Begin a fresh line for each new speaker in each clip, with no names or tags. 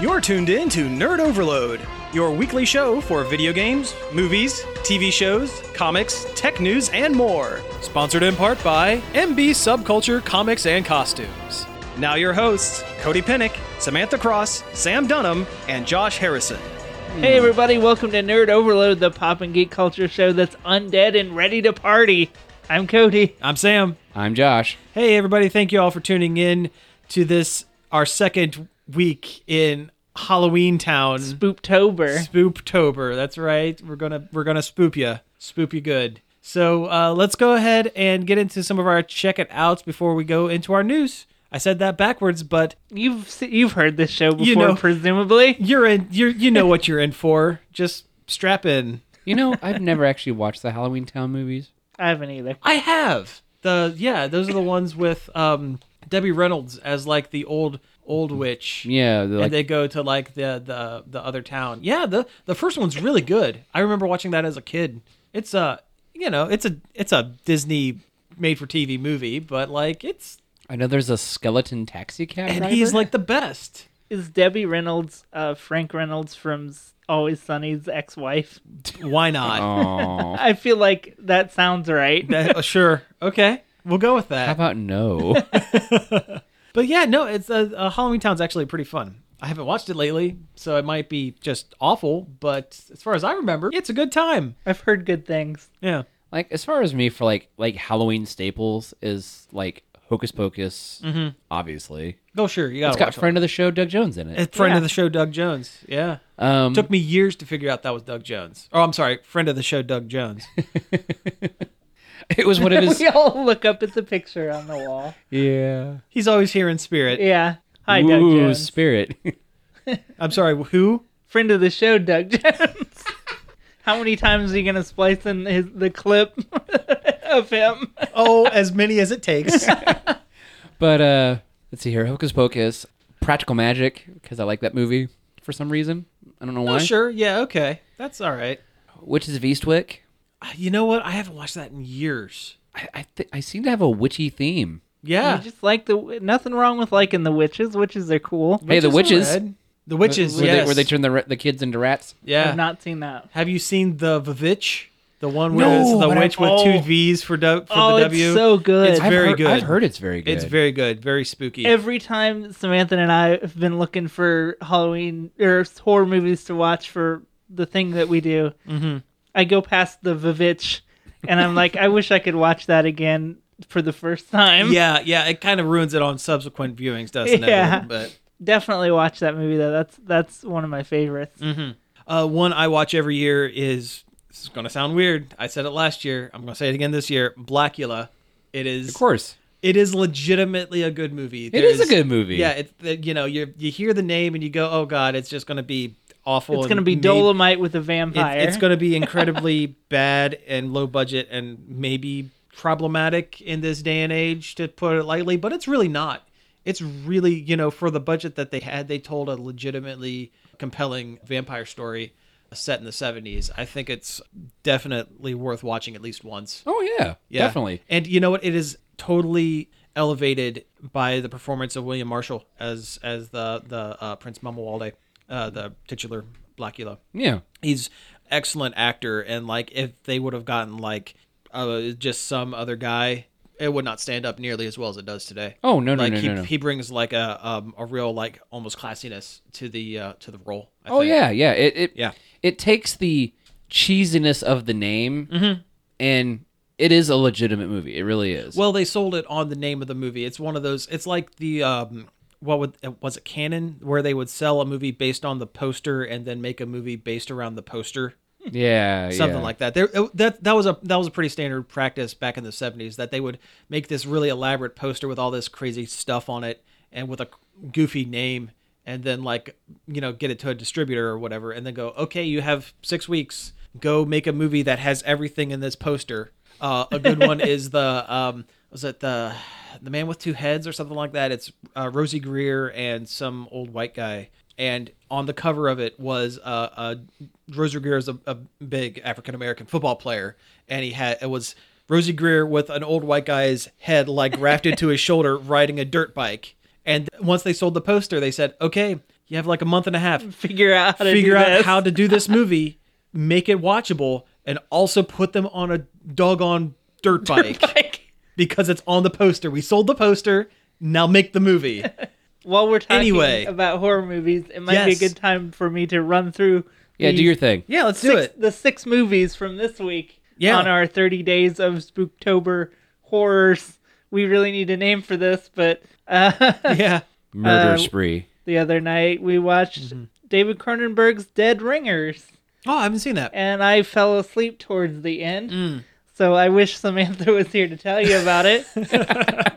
You're tuned in to Nerd Overload, your weekly show for video games, movies, TV shows, comics, tech news, and more. Sponsored in part by MB Subculture Comics and Costumes. Now, your hosts, Cody Pennick, Samantha Cross, Sam Dunham, and Josh Harrison.
Hey everybody, welcome to Nerd Overload, the pop and geek culture show that's undead and ready to party. I'm Cody.
I'm Sam.
I'm Josh.
Hey, everybody. Thank you all for tuning in to this, our second week in Halloween Town.
Booptober.
Spooptober. That's right. We're going to we're going to spoop you. Spoop you good. So, uh, let's go ahead and get into some of our check it outs before we go into our news. I said that backwards, but
You've se- you've heard this show before,
know-
presumably.
you're in you are you know what you're in for. Just strap in.
You know, I've never actually watched the Halloween Town movies.
I haven't either.
I have. The yeah, those are the ones with um Debbie Reynolds as like the old old witch.
Yeah, they're like,
and they go to like the the the other town. Yeah, the the first one's really good. I remember watching that as a kid. It's a you know it's a it's a Disney made for TV movie, but like it's
I know there's a skeleton taxi cab
and
driver.
he's like the best.
Is Debbie Reynolds uh, Frank Reynolds from S- Always Sunny's ex-wife?
Why not?
oh,
I feel like that sounds right.
That- uh, sure, okay, we'll go with
how
that.
about no?
But yeah, no, it's uh, uh, Halloween Town's actually pretty fun. I haven't watched it lately, so it might be just awful. But as far as I remember, it's a good time.
I've heard good things.
Yeah,
like as far as me for like like Halloween staples is like Hocus Pocus, obviously.
oh sure, you Mm-hmm. gotta
It's got
watch
friend of the show Doug Jones in it.
it. friend
Yeah.
of the show, Doug Jones. Yeah.
Um,
Took me years to figure out that was Doug Jones. Oh, I'm sorry, friend of the show, Doug Jones.
it was one of his.
we all look up at the picture on the wall.
yeah.
He's always here in spirit.
Yeah. Hi, Doug
Ooh,
Jones.
spirit.
I'm sorry, who?
Friend of the show, Doug Jones. How many times are you gonna splice in his, the clip of him?
Oh, as many as it takes.
but uh, let's see here, Hocus Pocus, Practical Magic, because I like that movie for some reason. I don't know why.
oh, sure. Yeah, okay. That's all right.
Witches of Eastwick.
Uh, You know what? I haven't watched that in years.
I I, th- I seem to have a witchy theme.
Yeah.
You just like the nothing wrong with liking the witches. Witches are cool.
Hey, the
Witches
witches.
are red. The witches,
Where,
yes.
they, where they turn the ra- the kids into rats.
yeah.
I've not seen that.
Have you seen the Vavitch? The one where
No,
it's the
but I-
witch with
oh.
two V's for, do- for
oh,
the W.
it's so good.
It's
I've
very
heard,
good.
I've heard it's very good.
It's very good. Very spooky.
Every time Samantha and I have been looking for Halloween or horror movies to watch for the thing that we do,
Mm-hmm.
I go past the Vavitch, and I'm like, I wish I could watch that again for the first time.
yeah, yeah. It kind of ruins it on subsequent viewings, doesn't
Yeah.
it? But
definitely watch that movie though. That's that's one of my favorites.
Uh, one I watch every year is this is gonna sound weird. I said it last year. I'm gonna say it again this year. Blackula. It is.
Of course.
It is legitimately a good movie.
It is a good movie.
Yeah. It, it- you know you you hear the name and you go, oh god, it's just gonna be awful.
It's
and
gonna be
made-
Dolomite with a
it-
vampire.
it's gonna be incredibly bad and low budget and maybe problematic in this day and age, to put it lightly. But it's really not. It's really you know for the budget that they had, they told a legitimately compelling vampire story set in the 70s. I think it's definitely worth watching at least once.
Oh yeah.
Yeah.
Definitely.
And you know what? It is totally elevated by the performance of William Marshall as as the the uh, Prince Mumwalde, uh, the titular Blackula
Yeah.
he's excellent actor and like if they would have gotten like uh, just some other guy it would not stand up nearly as well as it does today
Oh, no, no,
like
no,
he,
no, no.
he brings like a um, a real like almost classiness to the uh, to the role I
Oh
think.
yeah. Yeah. It it
Yeah.
It takes the cheesiness of the name,
Mm-hmm.
and it is a legitimate movie. It really is.
well they sold it on the name of the movie it's one of those it's like the um what would uh, was it canon where they would sell a movie based on the poster and then make a movie based around the poster
yeah.
something
yeah.
like that. There, that that was a that was a pretty standard practice back in the '70s that they would make this really elaborate poster with all this crazy stuff on it and with a goofy name, and then like you know get it to a distributor or whatever, and then go, okay, you have six weeks, go make a movie that has everything in this poster. Uh, a good one is the um, was it the the man with two heads or something like that. It's uh, Rosie Greer and some old white guy and on the cover of it was uh, uh Rosie Greer is a, a big African American football player, and he had it was Rosie Greer with an old white guy's head like grafted to his shoulder riding a dirt bike. And once they sold the poster, they said, "Okay, You have like a month and a half.
Figure out how to
figure
do
out
this.
how to do this movie, make it watchable, and also put them on a doggone dirt bike
Like,
because it's on the poster. We sold the poster. Now make the movie.
while we're talking
Anyway.
about horror movies, it might be
Yes.
a good time for me to run through.
Yeah,
these
do your thing.
Yeah, let's do
six,
it.
The six movies from this week
Yeah.
on our 30 days of Spooktober horrors. We really need a name for this, but uh,
Yeah.
Murder
Uh,
spree.
the other night we watched
Mm-hmm.
David Cronenberg's Dead Ringers,
Oh, I haven't seen that.
and I fell asleep towards the end. So I wish Samantha was here to tell you about it.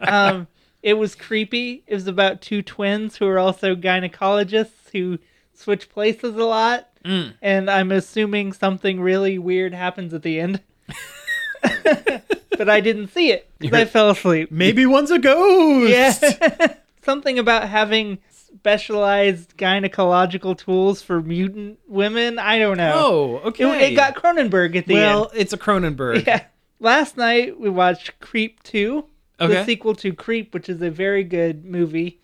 um, it was creepy. It was about two twins who are also gynecologists who switch places a lot. And I'm assuming something really weird happens at the end. but I didn't see it 'cause I fell asleep.
Maybe one's a ghost.
Yeah. Something about having specialized gynecological tools for mutant women. I don't know.
Oh,
It,
okay.
it got Cronenberg at the
well.
end.
It's a Cronenberg.
Yeah. Last night we watched Creep 2,
Okay. Mm-hmm.
the sequel to Creep, which is a very good movie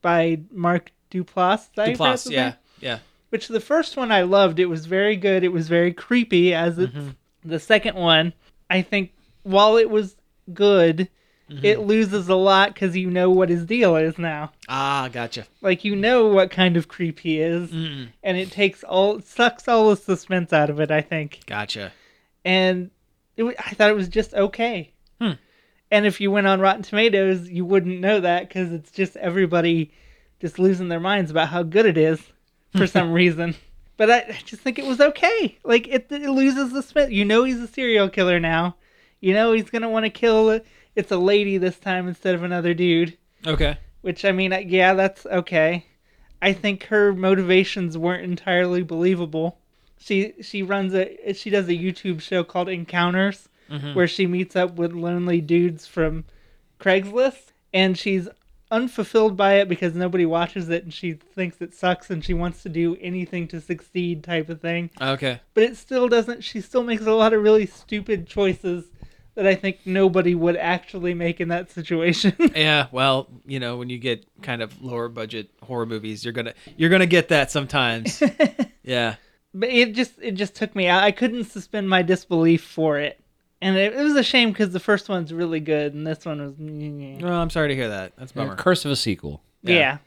by Mark Duplass. Did I pronounce
Duplass.
his
Yeah.
name?
Yeah.
Which the first one I loved. It was very good. It was very creepy as it's
Mm-hmm.
the second one. I think while it was good,
Mm-hmm.
it loses a lot because you know what his deal is now
Ah, gotcha.
like you know what kind of creep he is
Mm.
and it takes all sucks all the suspense out of it i think
Gotcha.
and it, wa- i thought it was just okay and if you went on rotten tomatoes you wouldn't know that because it's just everybody just losing their minds about how good it is for some reason but I, I just think it was okay like it, it loses the spin you know he's a serial killer now you know he's gonna want to kill it's a lady this time instead of another dude
Okay.
which I mean, I- yeah, that's okay. I think her motivations weren't entirely believable. She she runs a she does a YouTube show called Encounters, where she meets up with lonely dudes from Craigslist, and she's unfulfilled by it because nobody watches it, and she thinks it sucks, and she wants to do anything to succeed, type of thing.
Okay.
But it still doesn't. She still makes a lot of really stupid choices that I think nobody would actually make in that situation.
Yeah, well, you know, when you get kind of lower budget horror movies, you're gonna you're gonna get that sometimes. yeah.
but it just it just took me out. I couldn't suspend my disbelief for it, and it, it was a shame because the first one's really good and this one was yeah.
Well, I'm sorry to hear that. That's a bummer.
Curse of a sequel.
yeah.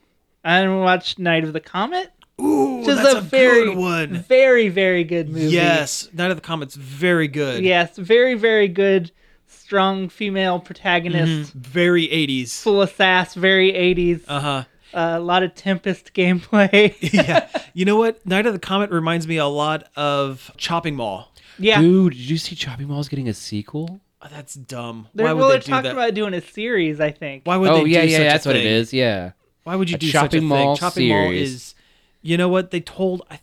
I watched Night of the Comet,
Ooh,
which is
that's a,
very
good one.
very very good movie.
Yes, Night of the Comet's very good.
yes, very very good, strong female protagonist,
very 80s.
full of sass, very 80s,
Mm-hmm. Uh huh.
a lot of Tempest gameplay.
yeah. You know what? Night of the Comet reminds me a lot of Chopping Mall.
yeah,
Dude, did you see Chopping Mall's getting a sequel?
Oh, that's dumb.
they're,
Why would
well,
they
they're
do
talking
that?
about doing a series, I think.
Why would
oh
they
yeah,
do
yeah,
such a
that's what it
thing?
is. Yeah.
Why would you
A
do such a
shopping mall
thing? Shopping mall
series.
is, you know what they told. I,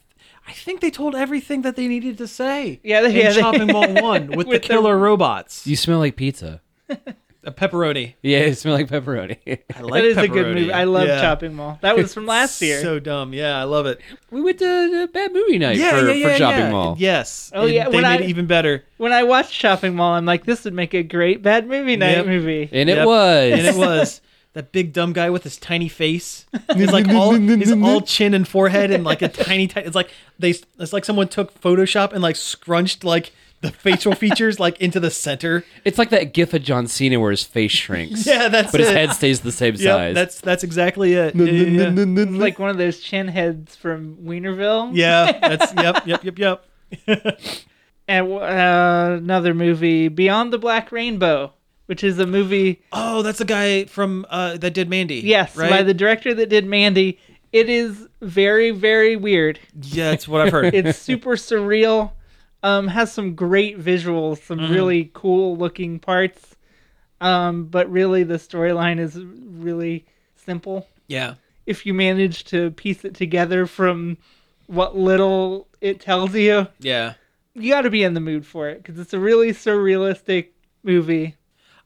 I think they told everything that they needed to say.
Yeah, they-
in
yeah, they-
shopping mall one with, the
With the-
killer robots,
You smell like pizza.
a pepperoni.
Yeah, it smell like pepperoni.
I like
that is
pepperoni.
a good movie. I love
Yeah.
Chopping Mall. That was from last year.
So dumb. Yeah, I love it.
we went to uh, bad movie night
Yeah,
for,
yeah, yeah,
for Chopping
yeah.
Mall.
Yes.
Oh,
and
yeah,
They
when
made
I-
it even better.
when I watched Shopping Mall, I'm like, this would make a great bad movie night
Yep.
movie.
And it
Yep.
was.
And it was that big dumb guy with his tiny face. He's like all he's all chin and forehead and like a tiny tiny it's like they it's like someone took Photoshop and like scrunched like the facial features like into the center.
It's like that gif of John Cena where his face shrinks.
Yeah, that's
But his
it.
head stays the same
Yeah,
size.
that's that's exactly it. Yeah, yeah, yeah.
It's like one of those chin heads from Wienerville.
Yeah, that's yep, yep, yep, yep.
And uh, another movie, Beyond the Black Rainbow, which is a movie,
Oh, that's the guy from uh that did Mandy.
yes,
right?
by the director that did Mandy. It is very, very weird.
Yeah, that's what I've heard.
It's super surreal. Um, has some great visuals, some
Mm-hmm.
really cool looking parts. Um, but really, the storyline is really simple.
yeah.
if you manage to piece it together from what little it tells you,
Yeah.
you got to be in the mood for it because it's a really surrealistic movie.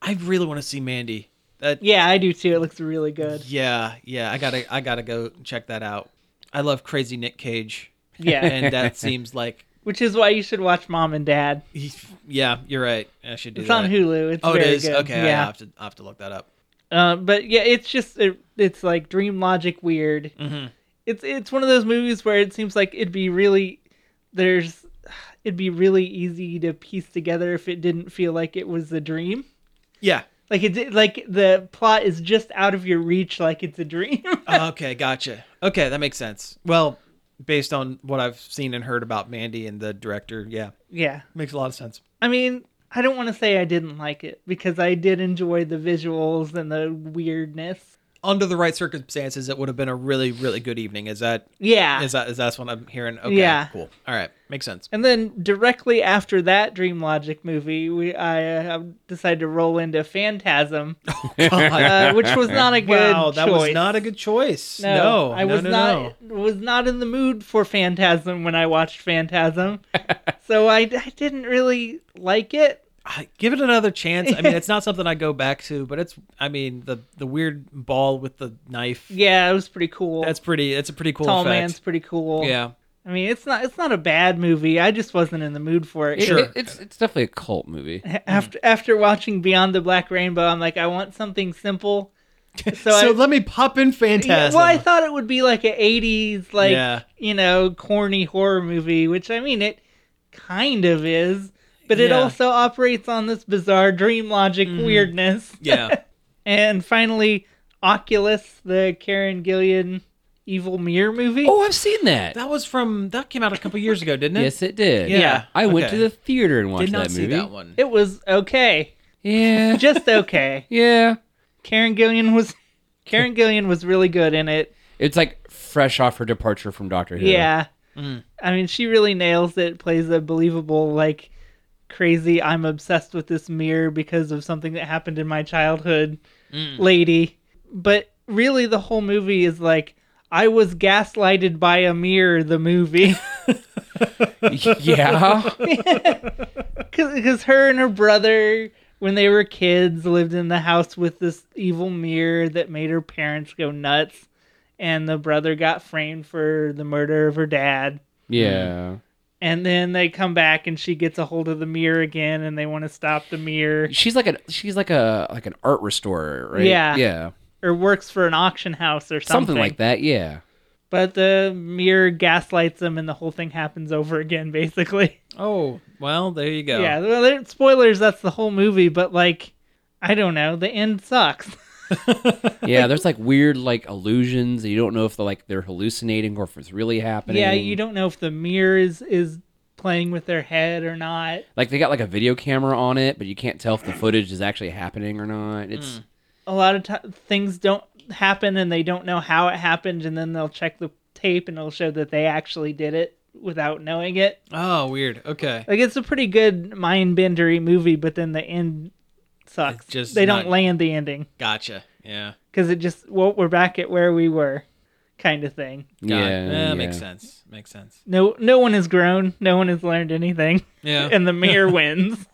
I really want to see Mandy. That
Yeah, I do too. It looks really good.
Yeah, yeah, I gotta, I gotta go check that out. I love Crazy Nick Cage,
Yeah,
and that seems like,
which is why you should watch Mom and Dad.
he- yeah, you're right. I should do
It's
that.
on Hulu. It's
Oh,
very
it is.
good.
Okay, I
yeah.
have to, I have to look that up. Mm-hmm.
Uh, but yeah, it's just it, it's like dream logic weird. It's it's one of those movies where it seems like it'd be really there's it'd be really easy to piece together if it didn't feel like it was a dream.
Yeah.
Like it did- like the plot is just out of your reach like it's a dream.
Oh, okay, gotcha. Okay, that makes sense. Well, based on what I've seen and heard about Mandy and the director, yeah,
yeah.
makes a lot of sense.
I mean, I don't want to say I didn't like it because I did enjoy the visuals and the weirdness.
Under the right circumstances, it would have been a really, really good evening. Is that
Yeah.
is that is that's what I'm hearing? Okay,
Ah. Yeah.
cool. All right, makes sense.
And then directly after that Dream Logic movie, we I uh, decided to roll into Phantasm, uh, which was not a good
wow, that
choice.
was not a good choice. No,
I
no,
was
no, no.
not was not in the mood for Phantasm when I watched Phantasm, so I, I didn't really like it.
I- give it another chance. I mean, it's not something I go back to, but it's. I mean, the the weird ball with the knife.
Yeah, it was pretty cool.
That's pretty. That's a pretty cool
Tall
effect.
Man's pretty cool.
Yeah.
I mean, it's not it's not a bad movie. I just wasn't in the mood for it.
It-
Sure. Mm-hmm.
it- it's it's definitely a cult movie.
After after watching Beyond the Black Rainbow, I'm like, I want something simple. So,
So
I,
let me pop in
yeah,
Phantasm.
well, I thought it would be like an '80s, like
Yeah.
you know, corny horror movie, which I mean, it kind of is, but it
Yeah. Mm-hmm.
also operates on this bizarre dream logic weirdness.
yeah.
And finally, Oculus, the Karen Gillian Evil Mirror movie.
Oh, I've seen that.
That was from that came out a couple years ago, didn't it?
yes, it did.
Yeah.
I went
Okay.
to the theater and watched
Did not
that
see
movie.
that one.
It was okay,
Yeah,
just okay.
yeah.
Karen Gillian was Karen Gillian was really good in it.
It's like fresh off her departure from Doctor Who.
Yeah. I mean, she really nails it. Plays a believable, like, crazy, I'm obsessed with this mirror because of something that happened in my childhood lady. But really, the whole movie is like, I was gaslighted by a mirror, the movie.
yeah.
Because her and her brother, when they were kids, lived in the house with this evil mirror that made her parents go nuts. And the brother got framed for the murder of her dad.
Yeah.
and then they come back and she gets a hold of the mirror again and they want to stop the mirror
She's like a she's like a like an art restorer, right?
Yeah.
Yeah.
or works for an auction house or something,
Something like that. Yeah.
but the mirror gaslights them and the whole thing happens over again basically
Oh, well, there you go.
yeah well, there- spoilers that's the whole movie but like i don't know the end sucks
Yeah, there's like weird like illusions. and You don't know if they're like they're hallucinating or if it's really happening.
yeah you don't know if the mirror is is playing with their head or not
like they got like a video camera on it, but you can't tell if the footage is actually happening or not. It's
a lot of ti things don't happen and they don't know how it happened and then they'll check the tape and it'll show that they actually did it without knowing it
Oh, weird. Okay.
Like it's a pretty good mind bendery movie, but then the end sucks.
It's just
they don't
not-
land the ending
Gotcha. Yeah.
because it just well we're back at where we were, kind of thing.
Got
yeah,
it. Eh,
yeah.
Makes sense. Makes sense.
No, no one has grown. No one has learned anything,
Yeah.
and the mirror wins.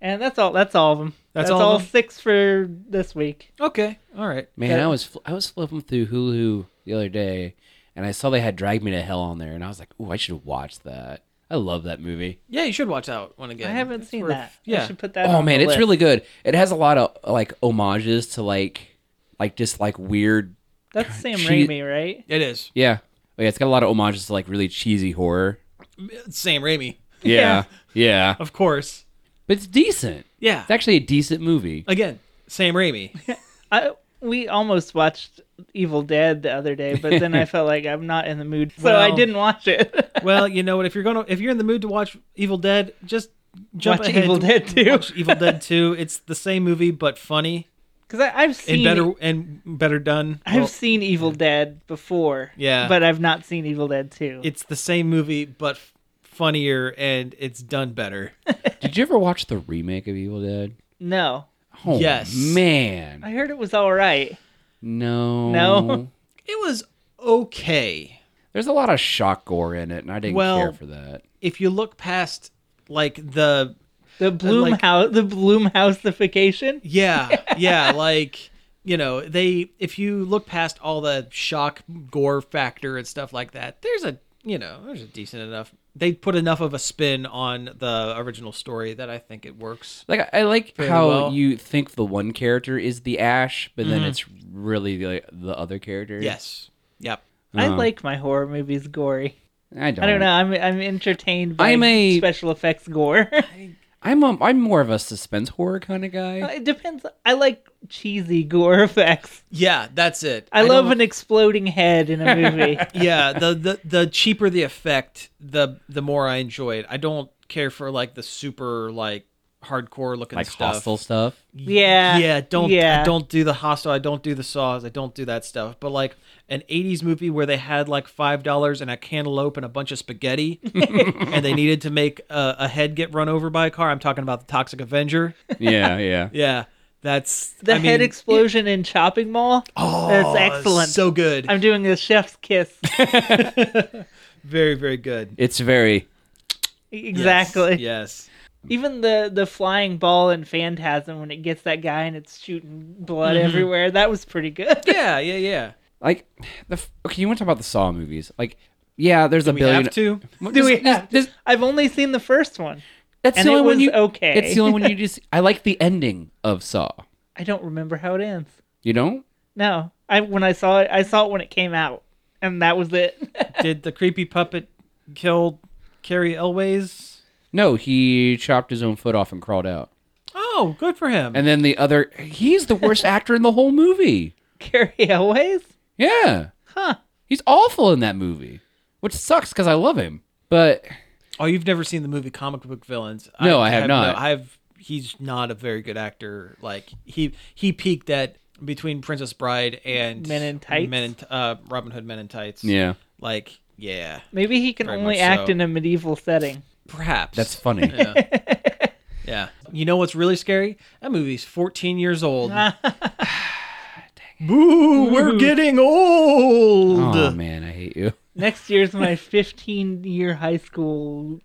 and that's all. That's all of them.
That's
all,
all of 'em?
six for this week.
okay. All right.
Man, I was fl- I was flipping through Hulu the other day, and I saw they had Drag Me to Hell on there, and I was like, "Ooh, I should watch that. I love that movie."
Yeah, you should watch that one again.
I haven't
It's
seen
worth-
that. I
Yeah.
should put that.
oh
on the
man, it's
list.
really good. It has a lot of like homages to like like just like weird.
that's Sam
She-
Raimi, right?
It is.
Yeah, oh, yeah, it's got a lot of homages to like really cheesy horror.
It's Sam Raimi,
Yeah, yeah,
of course.
but it's decent.
Yeah.
It's actually a decent movie.
again, Sam Raimi.
I we almost watched Evil Dead the other day, but then I felt like I'm not in the mood, so I
Well-
didn't watch it.
well, you know what? If you're gonna, if you're in the mood to watch Evil Dead, just jump
Watch
ahead
Evil
and
Dead 2.
Watch Evil Dead Two. It's the same movie but funny
Because I've
and
seen
better and better done.
I've
Well,
seen Evil Dead before.
Yeah.
But I've not seen Evil Dead 2.
it's the same movie but f- funnier and it's done better.
Did you ever watch the remake of Evil Dead?
no.
Oh
Yes.
man,
I heard it was all right.
no,
No.
It was okay.
There's a lot of shock gore in it, and I didn't
Well-
care for that.
if you look past like the
The Bloom
like-
house, the Bloom houseification.
yeah yeah like you know they if you look past all the shock gore factor and stuff like that there's a you know there's a decent enough they put enough of a spin on the original story that I think it works.
Like I I like
Very
how
well.
you think the one character is the Ash, but then it's really the, like, the other character.
Yes. Yep.
I
Uh,
like my horror movies gory.
I don't.
I don't know. I'm I'm entertained by
I'm a-
special effects gore.
I'm a, I'm more of a suspense horror kind of guy.
it depends. I like cheesy gore effects.
Yeah, that's it.
I,
don't-
love an exploding head in a movie.
yeah, the, the the cheaper the effect, the the more I enjoy it. I don't care for like the super like hardcore looking
Like
stuff.
hostile stuff.
Yeah.
Yeah, don't
Yeah.
I don't do the hostile, I don't do the saws, I don't do that stuff. But like an 80s movie where they had like $5 and a cantaloupe and a bunch of spaghetti and they needed to make a, a head get run over by a car. I'm talking about the Toxic Avenger.
Yeah, yeah.
Yeah. That's
The
I mean,
head explosion in Chopping Mall.
oh,
that's excellent.
So good.
I'm doing the chef's kiss.
very very good.
It's very
exactly.
Yes.
Even the the flying ball in Phantasm when it gets that guy and it's shooting blood
Mm-hmm.
everywhere. That was pretty good.
yes. Yeah, yeah, yeah.
like the f- okay. You want to talk about the Saw movies? Like, yeah, there's a
We
billion.
have to.
Well,
Do
this-
we
this-
have-
this-
I've only seen the first one.
that's
And
the
it
only one
was
you.
okay.
It's the only one you just. I like the ending of Saw.
I don't remember how it ends.
You don't?
No, I when I saw it, I saw it when it came out, and that was it.
Did the creepy puppet kill Carrie Elways?
No, he chopped his own foot off and crawled out.
Oh, good for him.
And then the other, he's the worst actor in the whole movie.
Carrie Elways,
Yeah,
huh?
he's awful in that movie, which sucks because I love him. But
Oh, you've never seen the movie Comic Book Villains?
No, I have not.
I've he's not a very good actor. Like he he peaked at between Princess Bride and
Men in Tights?
Men in, uh, Robin Hood Men in Tights.
yeah,
like yeah,
Maybe he can
Very
only
much
act
so.
in a medieval setting.
perhaps
that's funny.
yeah. yeah. You know what's really scary? That movie's 14 years old.
Ah,
Boo! We're getting old.
oh man, I hate you.
Next year's my 15 year high school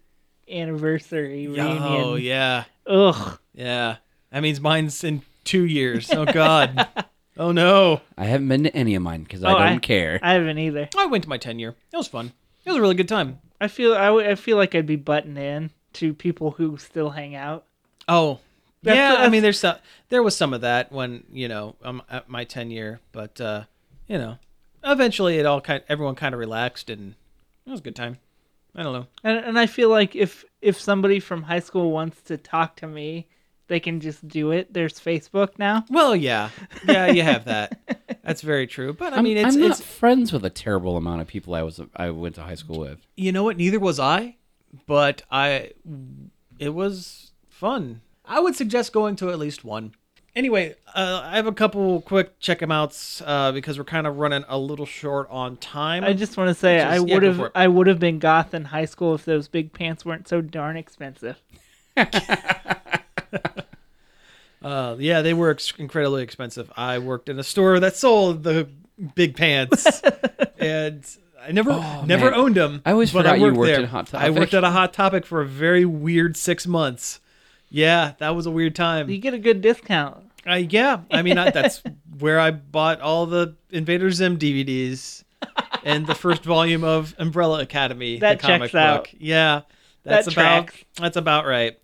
anniversary reunion.
oh yeah,
Ugh.
yeah. That means mine's in two years. Oh god. oh no.
I haven't been to any of mine because I
Oh,
don't
I-
care.
I haven't either.
I went to my 10 year. It was fun. It was a really good time.
I feel I, w- I feel like I'd be butting in to people who still hang out.
Oh,
That's-
yeah. I
that's-
mean, there's some, there was some of that when you know um, at my 10 year, but uh, you know, eventually it all kind everyone kind of relaxed and it was a good time. I don't know.
And, and I feel like if if somebody from high school wants to talk to me, they can just do it. There's Facebook now.
Well, yeah, yeah, you have that. That's very true. But I
I'm,
mean, it's
I'm not
it's
friends with a terrible amount of people I was I went to high school with.
you know what? Neither was I, but I it was fun. I would suggest going to at least one. Anyway, uh, I have a couple quick check 'em outs uh, because we're kind of running a little short on time.
I just want to say
Mm-hmm. Just-
I
yeah,
would
go
have
for it.
I would have been goth in high school if those big pants weren't so darn expensive.
Uh, yeah, they were ex- incredibly expensive. I worked in a store that sold the big pants, and I never never
Oh, man.
owned them.
I always
but
forgot
I
you
worked
worked
there.
at Hot
I worked
Topic.
at a Hot Topic for a very weird six months. Yeah, that was a weird
You
time.
get a good discount.
Uh, yeah, I mean I, that's where I bought all the Invader Zim DVDs and the first volume of Umbrella Academy,
That
the comic
checks out.
book. Yeah, that's
That
about
tracks.
that's about right.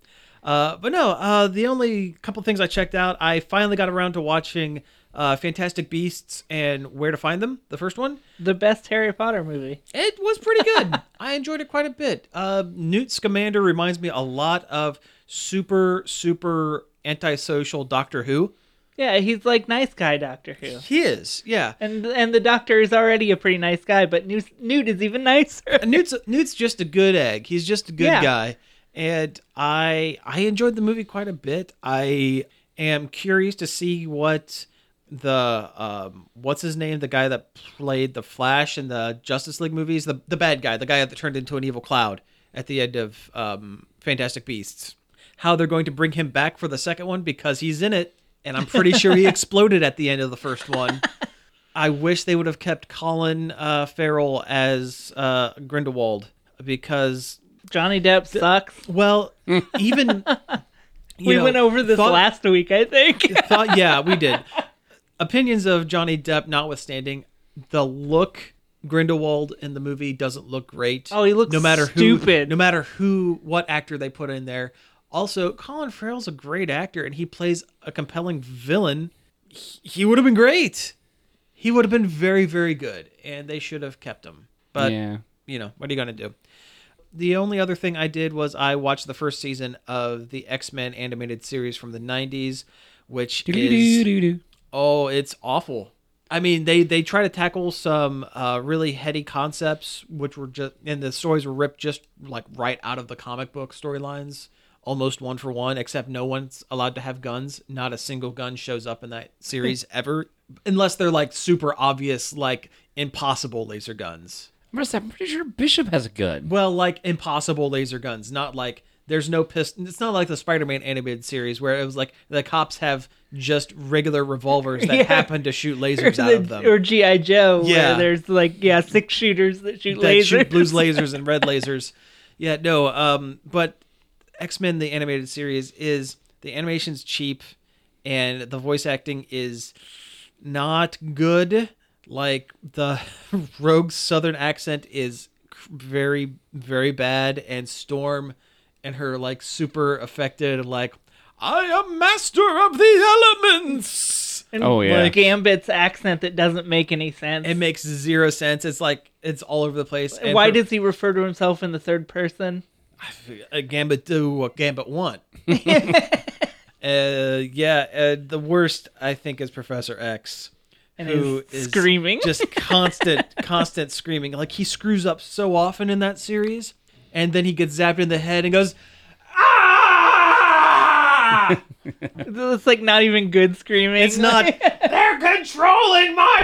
Uh, but no, uh, the only couple things I checked out, I finally got around to watching uh, Fantastic Beasts and Where to Find Them, the first one.
The best Harry Potter movie.
It was pretty good. I enjoyed it quite a bit. Uh, Newt Scamander reminds me a lot of super super antisocial Doctor Who.
Yeah, he's like nice guy Doctor Who.
He is, yeah.
And and the doctor is already a pretty nice guy, but Newt, Newt is even nicer.
And Newt's Newt's just a good egg. He's just a good
Yeah.
guy, and I I enjoyed the movie quite a bit. I am curious to see what the um what's his name the guy that played the Flash in the Justice League movies the the bad guy the guy that turned into an evil cloud at the end of um Fantastic Beasts how they're going to bring him back for the second one because he's in it and I'm pretty sure he exploded at the end of the first one. I wish they would have kept Colin uh, Farrell as uh, Grindelwald because,
Johnny Depp sucks.
well, even you
We
know,
went over this
thought-
last week, I think.
thought- yeah, we did. Opinions of Johnny Depp notwithstanding, the look Grindelwald in the movie doesn't look great.
Oh, he looks
no matter
stupid.
Who, no matter who, what actor they put in there. Also, Colin Farrell's a great actor, and he plays a compelling villain. He, he would have been great. He would have been very, very good, and they should have kept him. But
yeah.
you know, what are you gonna do? The only other thing I did was I watched the first season of the X Men animated series from the '90s, which is
Doo-doo-doo-doo-doo.
Oh, it's awful. I mean, they they try to tackle some uh, really heady concepts, which were just and the stories were ripped just like right out of the comic book storylines, almost one for one. Except no one's allowed to have guns. Not a single gun shows up in that series ever, unless they're like super obvious, like impossible laser guns.
Marissa, I'm pretty sure Bishop has a gun.
Well, like impossible laser guns, not like there's no pistol. It's not like the Spider-Man animated series where it was like the cops have just regular revolvers that
Yeah.
happen to shoot lasers out
the-
of them.
or GI Joe,
Yeah.
where there's like yeah six shooters that shoot
that
lasers.
shoot blues lasers and red lasers. Yeah, no. Um, but X Men the animated series is the animation's cheap, and the voice acting is not good. Like the rogue Southern accent is cr- very very bad, and Storm and her like super affected like I am master of the elements.
And,
Oh, yeah.
like Gambit's accent that doesn't make any sense.
It makes zero sense. It's like it's all over the place. and
Why
her-
does he refer to himself in the third person?
a uh, gambit do what gambit want. uh, yeah, uh, the worst I think is Professor X,
And
who is
he's screaming.
just constant, constant screaming. Like he screws up so often in that series, and then he gets zapped in the head and goes, "Ah!"
It's like not even good screaming.
It's not. They're controlling my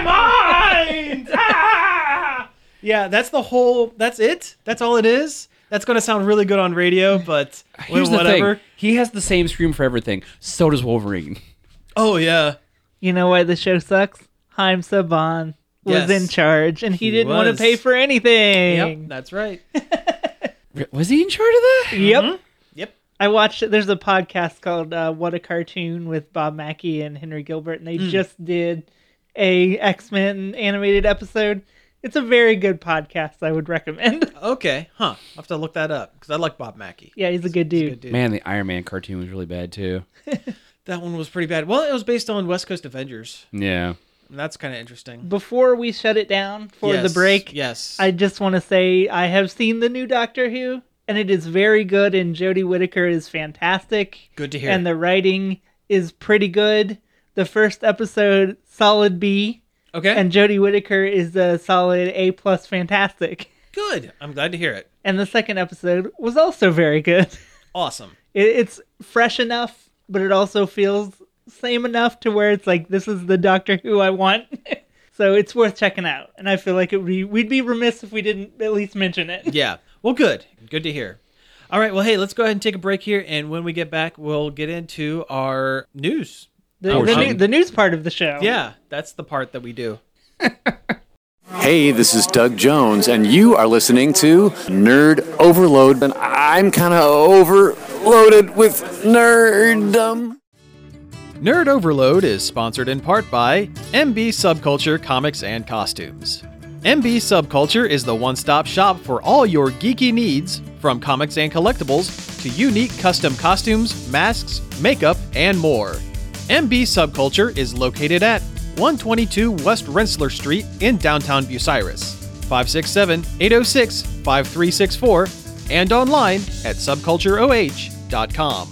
mind. Ah! Yeah, that's the whole. That's it. That's all it is. That's gonna sound really good on radio, but
Here's
whatever.
the thing. He has the same scream for everything. So does Wolverine.
Oh yeah.
You know why the show sucks? Haim Saban was
Yes.
in charge, and he,
He
didn't want to
was.
pay for anything.
that's right.
R- Was he in charge of that?
Yep.
Mm-hmm. Yep.
I watched. There's a podcast called uh, "What a Cartoon" with Bob Mackey and Henry Gilbert, and they
Mm.
just did a X Men animated episode. It's a very good podcast. I would recommend.
Okay, huh? I'll have to look that up because I like Bob Mackey.
yeah, he's a good dude.
Good dude.
Man, the Iron Man cartoon was really bad too.
That one was pretty bad. Well, it was based on West Coast Avengers.
Yeah.
And that's kind of interesting.
Before we shut it down for
Yes,
the break,
yes,
I just want to say I have seen the new Doctor Who, and it is very good. And Jodie Whittaker is fantastic.
Good to hear.
And the writing is pretty good. The first episode, solid B,
okay,
and Jodie Whittaker is a solid A plus, fantastic.
good. I'm glad to hear it.
And the second episode was also very good.
Awesome.
It, it's fresh enough, but it also feels same enough to where it's like this is the Doctor Who I want. so it's worth checking out. And I feel like it would be, we'd be remiss if we didn't at least mention it.
Yeah. Well, good. Good to hear. All right. Well, hey, let's go ahead and take a break here, and when we get back, we'll get into our news.
The,
Our
the,
show.
new- the news part of the show.
Yeah, that's the part that we do.
Hey, this is Doug Jones, and you are listening to Nerd Overload. And I'm kind of overloaded with nerddom.
Nerd Overload is sponsored in part by MB Subculture Comics and Costumes. MB Subculture is the one stop shop for all your geeky needs, from comics and collectibles to unique custom costumes, masks, makeup, and more. MB Subculture is located at 122 West Rensselaer Street in downtown Bucyrus, 567 806 5364, and online at subcultureoh.com.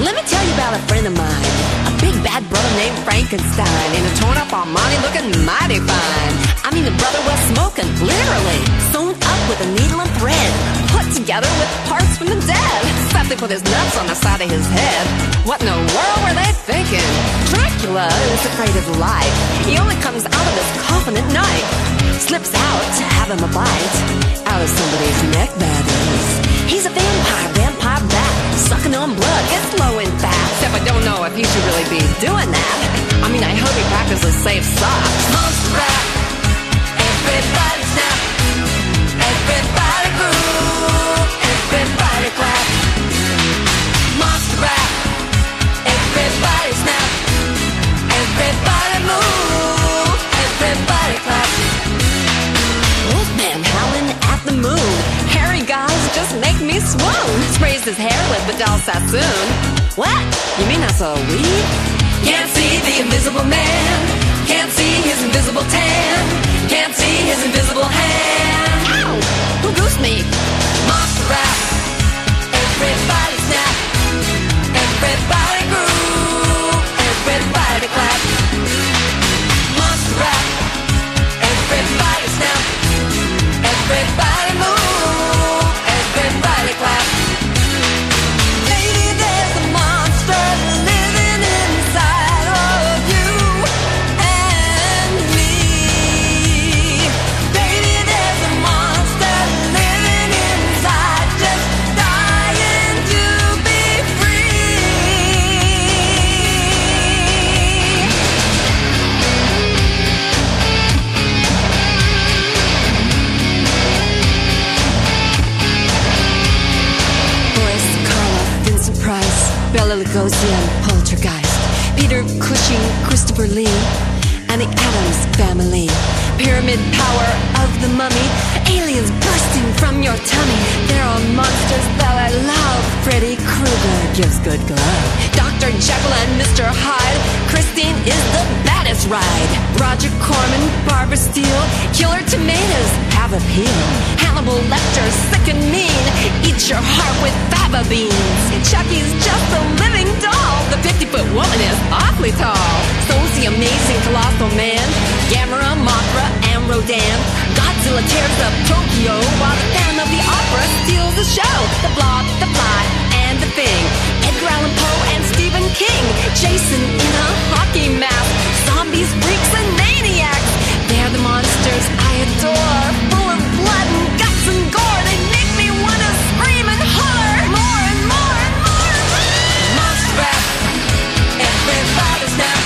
Let me tell you about a friend of mine, a big bad brother named Frankenstein, in a torn up Armani looking mighty fine. I mean, the brother was smoking, literally, sewn up with a needle and thread, put together with parts from the dead. Except they put his nuts on the side of his head. What in the world were they thinking? Dracula is afraid of life. He only comes out of his coffin at night, slips out to have him a bite out of somebody's neck, that is. He's a vampire, vampire bat, sucking on blood. It's low in fat. Except I don't know if he should really be doing that. I mean, I hope he practices safe socks. Monster rap. Everybody snap. Everybody groove. Everybody clap. Monster rap. Everybody snap. Everybody move. Everybody clap. Wolfman howling at the moon. Hairy guys just make me swoon. Sprays his hair with Vidal Sassoon. What? You mean that's a weed? Can't see the invisible man. Can't see his invisible tan. Can't see his invisible hand. Ow! Who goosed me? Monster rap. Everybody snap. Everybody groove. Everybody clap. Monster rap. Everybody snap. Everybody move. Everybody clap. Lady, there's a monster living inside of you and me. Baby, there's a monster living inside, just dying to be free. Boris Karloff, Vincent Price, Bela Lugosi, and Poltergeist, Peter Cushing, Christopher Lee, and the Adams Family, Pyramid Power of the Mummy, aliens bursting from your tummy. There are monsters that I love. Freddy Krueger gives good glow. Dr. Jekyll and Mr. Hyde, Christine is the baddest ride. Roger Corman, Barbara Steele, Killer Tomatoes have appeal. Hannibal Lecter, sick and mean. Eat your heart with fava beans. Chucky's just a living doll. The 50-foot woman is awfully tall. So's the amazing colossal man. Gamera, Mothra, and Rodan. Godzilla tears up Tokyo while the fan of the opera steals the show. The blob, the fly, and the thing. Edgar Allan Poe and Stephen King. Jason in a hockey mask. Zombies, freaks, and maniacs. They're the monsters I adore. Full of blood and guts and gore. They make me want to scream and holler. More and more and more. Monster rap. Everybody's now.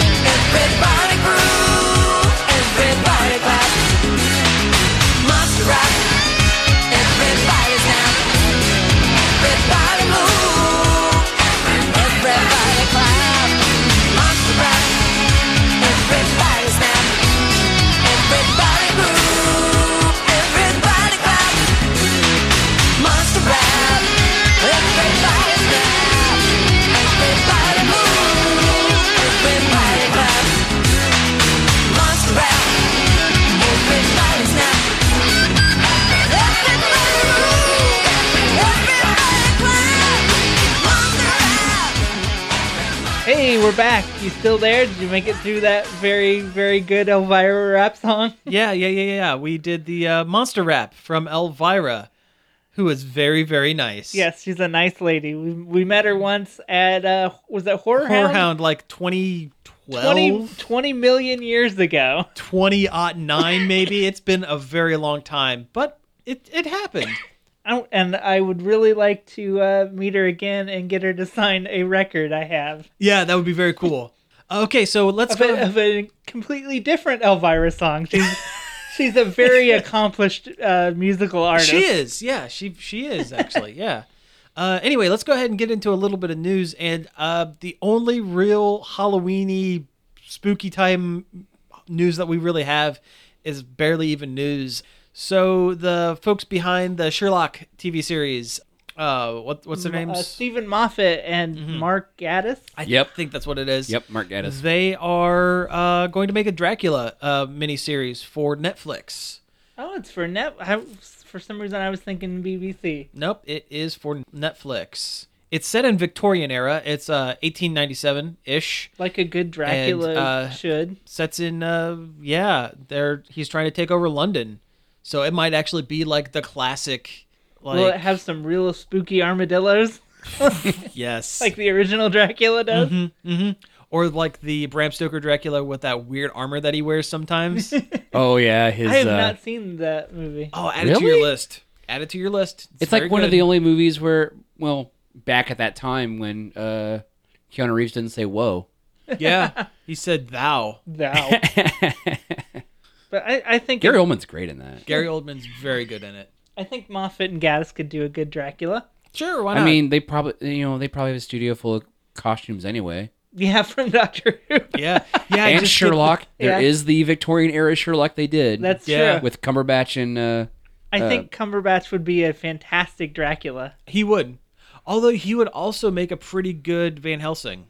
Everybody groove. Everybody clap. Monster rap. Everybody's now. Everybody move. Everybody clap. Monster rap. Everybody snap. Everybody move. Everybody clap. Monster rap. Everybody snap. Everybody move. Everybody clap. Monster rap. Everybody snap. Everybody move. Everybody clap. Monster rap.
Hey, we're back. You still there? Did you make it through that very, very good Elvira rap song?
Yeah, yeah, yeah, yeah, yeah. We did the uh, monster rap from Elvira, who is very, very nice.
yes, she's a nice lady. We, we met her once at uh, was that Horror,
Horror
Hound?
Hound, like 2012,
20,
20,
20 million years ago.
20 odd nine, maybe. it's been a very long time, but it, it happened.
I don't- and I would really like to uh, meet her again and get her to sign a record I have
Yeah, that would be very cool. Okay, so let's
of a,
go.
of a completely different Elvira song. She's she's a very accomplished uh, musical artist.
She is, yeah, she she is actually, yeah. Uh, anyway, let's go ahead and get into a little bit of news. And uh, the only real Halloweeny, spooky time news that we really have is barely even news. So the folks behind the Sherlock TV series, uh, what what's their
Uh,
names?
Stephen Moffat and Mark Gaddis.
Mm-hmm. I
Yep.
think that's what it is.
Yep, Mark Gaddis.
They are uh, going to make a Dracula uh, miniseries for Netflix.
Oh, it's for net. I, for some reason, I was thinking BBC.
Nope, it is for Netflix. It's set in Victorian era. It's uh 1897 ish.
Like a good Dracula
uh,
should.
Sets in uh yeah, there he's trying to take over London, so it might actually be like the classic. Like
Will it have some real spooky armadillos
yes,
like the original Dracula does?
or like the Bram Stoker Dracula with that weird armor that he wears sometimes.
Oh yeah, his.
I have
uh,
not seen that movie.
oh, add it to your
Really?
list. Add it to your list.
it's like
very
one of
good.
the only movies where, well, back at that time when uh, Keanu Reeves didn't say whoa.
Yeah, he said thou.
Thou. but I, I think
Gary Oldman's great in that.
Gary Oldman's very good in it.
I think Moffat and Gaddis could do a good Dracula.
Sure, why not?
I mean, they probably you know they probably have a studio full of costumes anyway.
Yeah, from Doctor Who.
yeah, yeah. I
and
just-
Sherlock, there
Yeah.
is the Victorian era Sherlock they did.
That's
Yeah.
true.
with Cumberbatch and uh,
I think Cumberbatch would be a fantastic Dracula.
He would. Although he would also make a pretty good Van Helsing.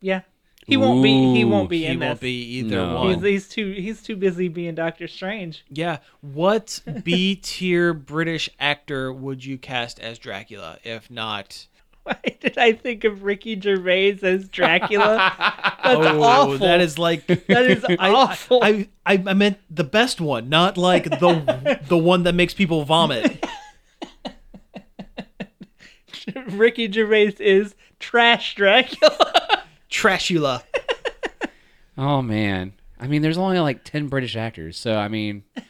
Yeah. He won't be he won't
Ooh,
be
He
in
won't
this.
be either
No.
He's,
one.
he's too he's too busy being Doctor Strange.
Yeah. What B tier British actor would you cast as Dracula if not?
Why did I think of Ricky Gervais as Dracula? That's awful.
Oh, that is like
that is awful.
I, I I meant the best one, not like the the one that makes people vomit.
Ricky Gervais is trash Dracula.
Trashula.
oh man, I mean, there's only like ten British actors, so I mean,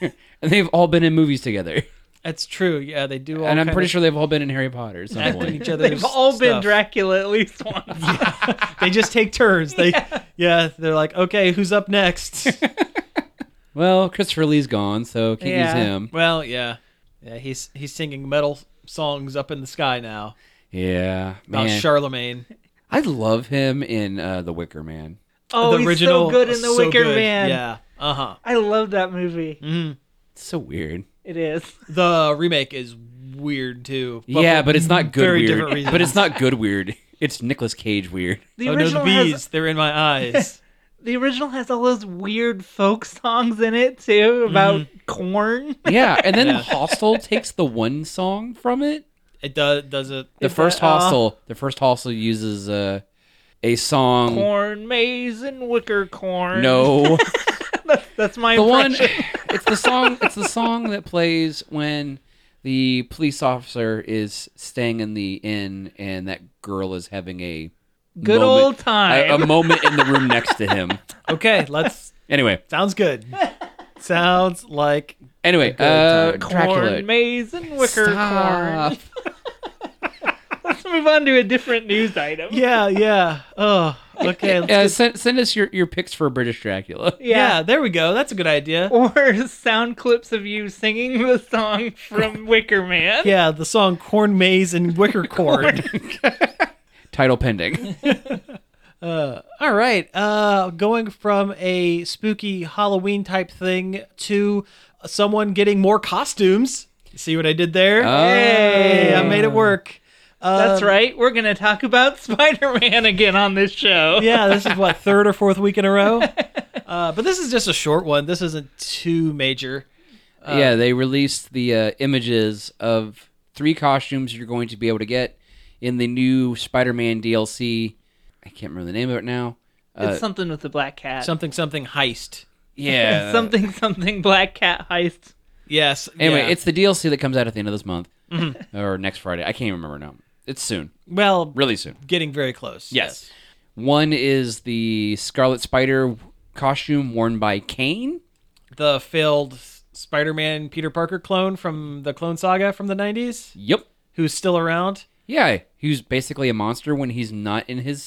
and they've all been in movies together,
That's true. Yeah, they do. All
and I'm
kinda
pretty sure they've all been in Harry Potter at some
act in
point.
each other's
They've all been
stuff.
Dracula at least once.
They just take turns. They yeah. they're like, okay, who's up next?
well, Christopher Lee's gone, so can't
Yeah.
use him.
well, yeah, yeah. He's he's singing metal songs up in the sky now
Yeah,
about
man,
Charlemagne.
I love him in uh, The Wicker Man.
Oh,
the
he's
original
so good in the
so
Wicker
good.
Man.
Yeah. Uh huh.
I love that movie.
Mm-hmm.
It's so weird.
It is.
The remake is weird too.
yeah,
for
but it's not good
very
weird.
different reasons.
But it's not good weird. It's Nicolas Cage weird.
The
oh no, the
original
bees.
has
They're in my eyes.
the original has all those weird folk songs in it too about
Mm-hmm.
corn.
Yeah, and then Hostel takes the one song from it.
it does. Does it?
The first
that- uh,
Hostel, the first Hostel uses uh, a song.
Corn maze and wicker corn.
No,
that's my
the one.
impression.
It's the song. It's the song that plays when the police officer is staying in the inn, and that girl is having a
Good
moment-
old time.
a, a moment in the room next to him.
Okay, let's.
Anyway,
Sounds good. Sounds like
anyway, uh, Dracula.
corn maze and wicker
Stop.
corn. Let's move on to a different news item.
yeah, yeah. Oh, okay. let's
Yeah,
get-
send, send us your, your picks for British Dracula.
yeah. there we go. That's a good idea.
Or sound clips of you singing the song from Wicker Man.
Yeah, the song "Corn Maze" and "Wicker Corn."
Title pending.
All right, uh, going from a spooky Halloween type thing to someone getting more costumes. See what I did there?
Oh.
Hey, I made it work. Uh, Um,
That's right. We're going to talk about Spider Man again on this show.
yeah, this is what third or fourth week in a row. Uh, but this is just a short one. This isn't too major.
yeah, they released the uh, images of three costumes you're going to be able to get in the new Spider-Man DLC. I can't remember the name of it now.
Uh,
it's something with the black cat.
Something something heist.
Yeah.
something, something black cat heist.
Yes.
Anyway,
yeah. Mm-hmm.
it's the DLC that comes out at the end of this month or next Friday. I can't remember now. It's soon,
well
really soon.
getting very close.
Yes. One is the Scarlet Spider costume worn by Kane.
The failed Spider-Man Peter Parker clone from the Clone Saga from the 90s
Yep.
who's still around.
Yeah, he was basically a monster when he's not in his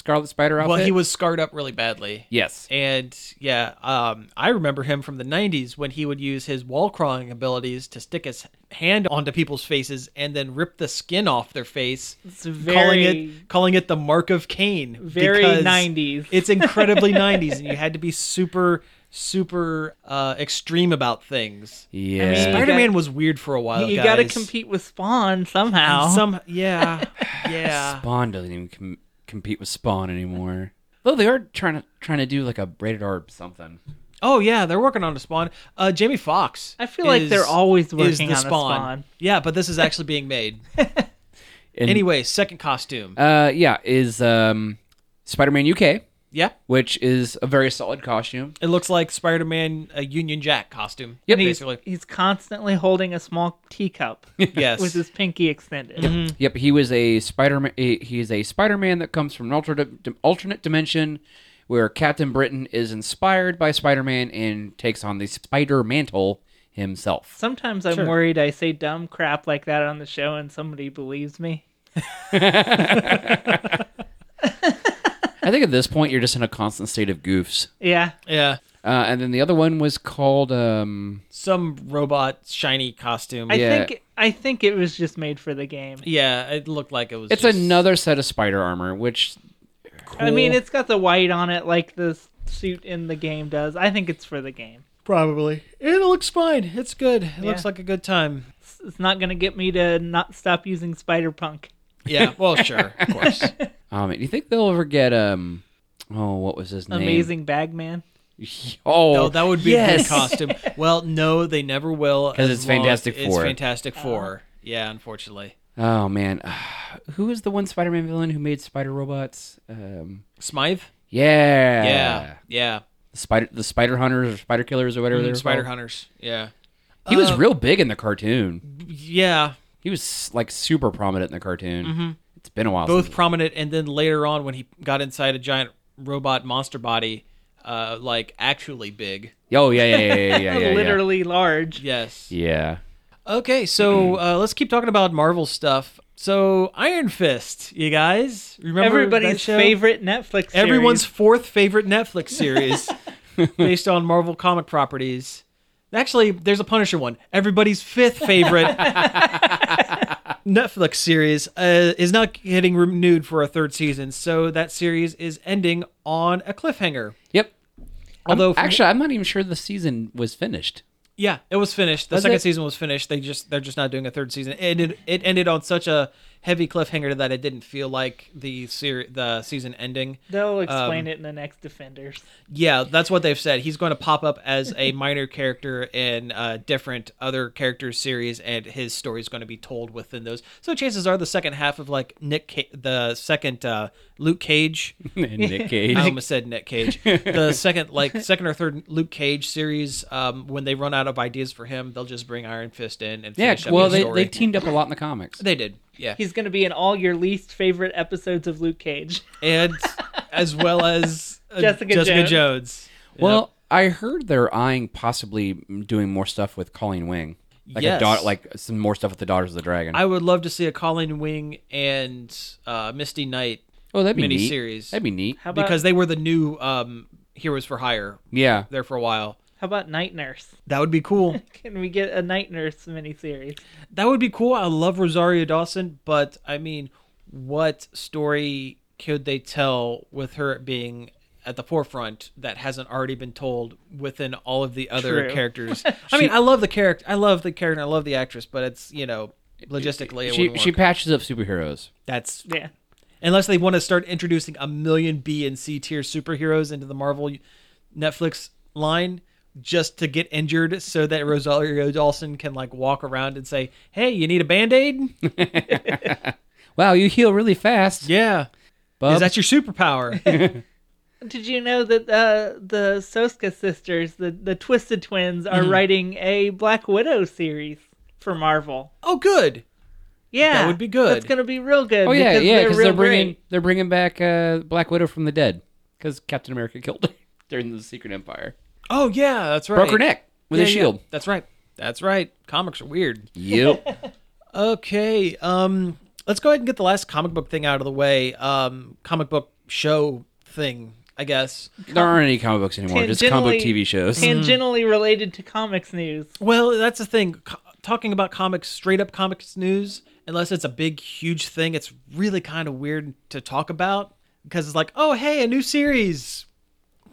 Scarlet Spider outfit.
Well, he was scarred up really badly.
Yes.
And yeah, um, I remember him from the 90s when he would use his wall crawling abilities to stick his hand onto people's faces and then rip the skin off their face,
It's
calling
very,
it calling it the mark of Cain.
very
because
90s.
It's incredibly 90s, and you had to be super, super uh, extreme about things.
Yeah.
Spider Man
got-
was weird for a while.
you
uh, guys.
got to compete with Spawn somehow.
Some, yeah, yeah.
Spawn doesn't even com- compete with Spawn anymore. Though they are trying to trying to do like a rated R something.
Oh yeah, they're working on a spawn. Uh, Jamie Fox.
I feel like they're always
is
working
the
on a
spawn.
Spawn.
Yeah, but this is actually being made.
And,
anyway, second costume.
uh, yeah, is um, Spider-Man UK,
yeah,
which is a very solid costume.
it looks like Spider-Man a Union Jack costume.
Yep.
And he's,
basically.
he's constantly holding a small teacup
Yes.
with his pinky extended.
Yep, he was a Spider-Man. a- He is a Spider-Man that comes from an alternate dim- alternate dimension where Captain Britain is inspired by Spider-Man and takes on the Spider Mantle himself.
Sometimes I'm worried I say dumb crap like that on the show and somebody believes me.
I think at this point you're just in a constant state of goofs.
Yeah.
Yeah.
Uh, and then the other one was called um,
Some robot shiny costume.
I
Yeah.
think I think it was just made for the game.
yeah, it looked like it was.
it's
just
another set of spider armor, which
I mean,
cool.
it's got the white on it like the s- suit in the game does. I think it's for the game.
probably. It looks fine. It's good. It
Yeah.
looks like a good time.
It's, it's not gonna get me to not stop using Spider Punk.
Yeah. Well, sure, of course.
um, do you think they'll ever get um, oh, what was his name?
Amazing Bagman.
Oh,
Oh, that would be a good
yes.
costume. Well, no, they never will.
'Cause
as
it's
long-
Fantastic Four.
It's Fantastic Four. Yeah, unfortunately.
Oh man, who was the one Spider-Man villain who made spider robots? Um,
Smythe?
yeah,
Yeah. Yeah.
the spider the spider hunters or spider killers or whatever they were
Spider Uh,
called.
Hunters. Yeah.
He was real big in the cartoon.
Yeah.
He was like super prominent in the cartoon. It's been a while.
Mm-hmm. Both
since-
prominent and then later on when he got inside a giant robot monster body, uh like actually big.
oh yeah, yeah, yeah, yeah, yeah, yeah, yeah.
Literally large.
Yes.
Yeah.
Okay, so uh let's keep talking about Marvel stuff. So Iron Fist, you guys. Remember that
Everybody's
show?
favorite Netflix. Series.
Everyone's fourth favorite Netflix series based on Marvel comic properties. Actually, there's a Punisher one. Everybody's fifth favorite Netflix series uh, is not getting renewed for a third season, so that series is ending on a cliffhanger.
Yep.
Although,
Actually, I'm not even sure the season was finished.
yeah, it was finished. The
Was
second
it?
season was finished. They just they're just not doing a third season. It ended, it ended on such a heavy cliffhanger that it didn't feel like the ser- the season ending.
They'll explain
Um,
it in the next Defenders.
Yeah, that's what they've said. He's going to pop up as a minor character in uh, different other characters series, and his story is going to be told within those. So chances are the second half of like Nick, Ca- the second uh, Luke Cage,
And Nick Cage.
I almost said Nick Cage, the second like second or third Luke Cage series, um, when they run out of ideas for him, they'll just bring Iron Fist in and
yeah.
finish up
Well,
his
they,
story.
they teamed up a lot in the comics.
They did, yeah,
He's gonna be in all your least favorite episodes of Luke Cage.
and as well as uh,
Jessica Jones.
Jones.
Well, I heard they're eyeing possibly doing more stuff with Colleen Wing, like
Yes.
a daughter, like some more stuff with the Daughters of the Dragon.
I would love to see a Colin Wing and uh, Misty Knight
oh, that'd be neat.
miniseries.
That'd be neat.
How about
because they were the new um, heroes for hire
Yeah.
there for a while.
how about Night Nurse?
That would be cool.
Can we get a Night Nurse miniseries?
that would be cool. I love Rosario Dawson, but I mean, what story could they tell with her being at the forefront that hasn't already been told within all of the other
True.
characters? I mean, I love the character. I love the character. I love the actress, but it's you know, logistically, it
She
wouldn't
she
work.
patches up superheroes.
that's
Yeah.
unless they want to start introducing a million B and C tier superheroes into the Marvel Netflix line just to get injured so that Rosario Dawson can like walk around and say, "Hey, you need a band-aid?"
Wow, you heal really fast.
yeah.
Bub.
Is that your superpower?
Did you know that uh, the Soska sisters, the, the Twisted Twins, are
Mm-hmm.
writing a Black Widow series for Marvel?
oh, good.
Yeah,
would be good.
That's gonna be real good.
Oh yeah,
because
yeah,
they're
because
real
they're, bringing
great.
they're bringing back uh, Black Widow from the dead because Captain America killed her during the Secret Empire.
Oh yeah, that's right.
Broke her neck with
Yeah,
a
yeah.
shield.
That's right. That's right. Comics are weird.
Yep.
Okay. Um, let's go ahead and get the last comic book thing out of the way. Um, comic book show thing, I guess.
there aren't any comic books anymore. Just comic book
Tangentially-
TV shows.
Mm.
Tangentially related to comics news.
Well, that's the thing. Co- talking about comics, straight up comics news, unless it's a big, huge thing, it's really kind of weird to talk about because it's like, oh, hey, a new series.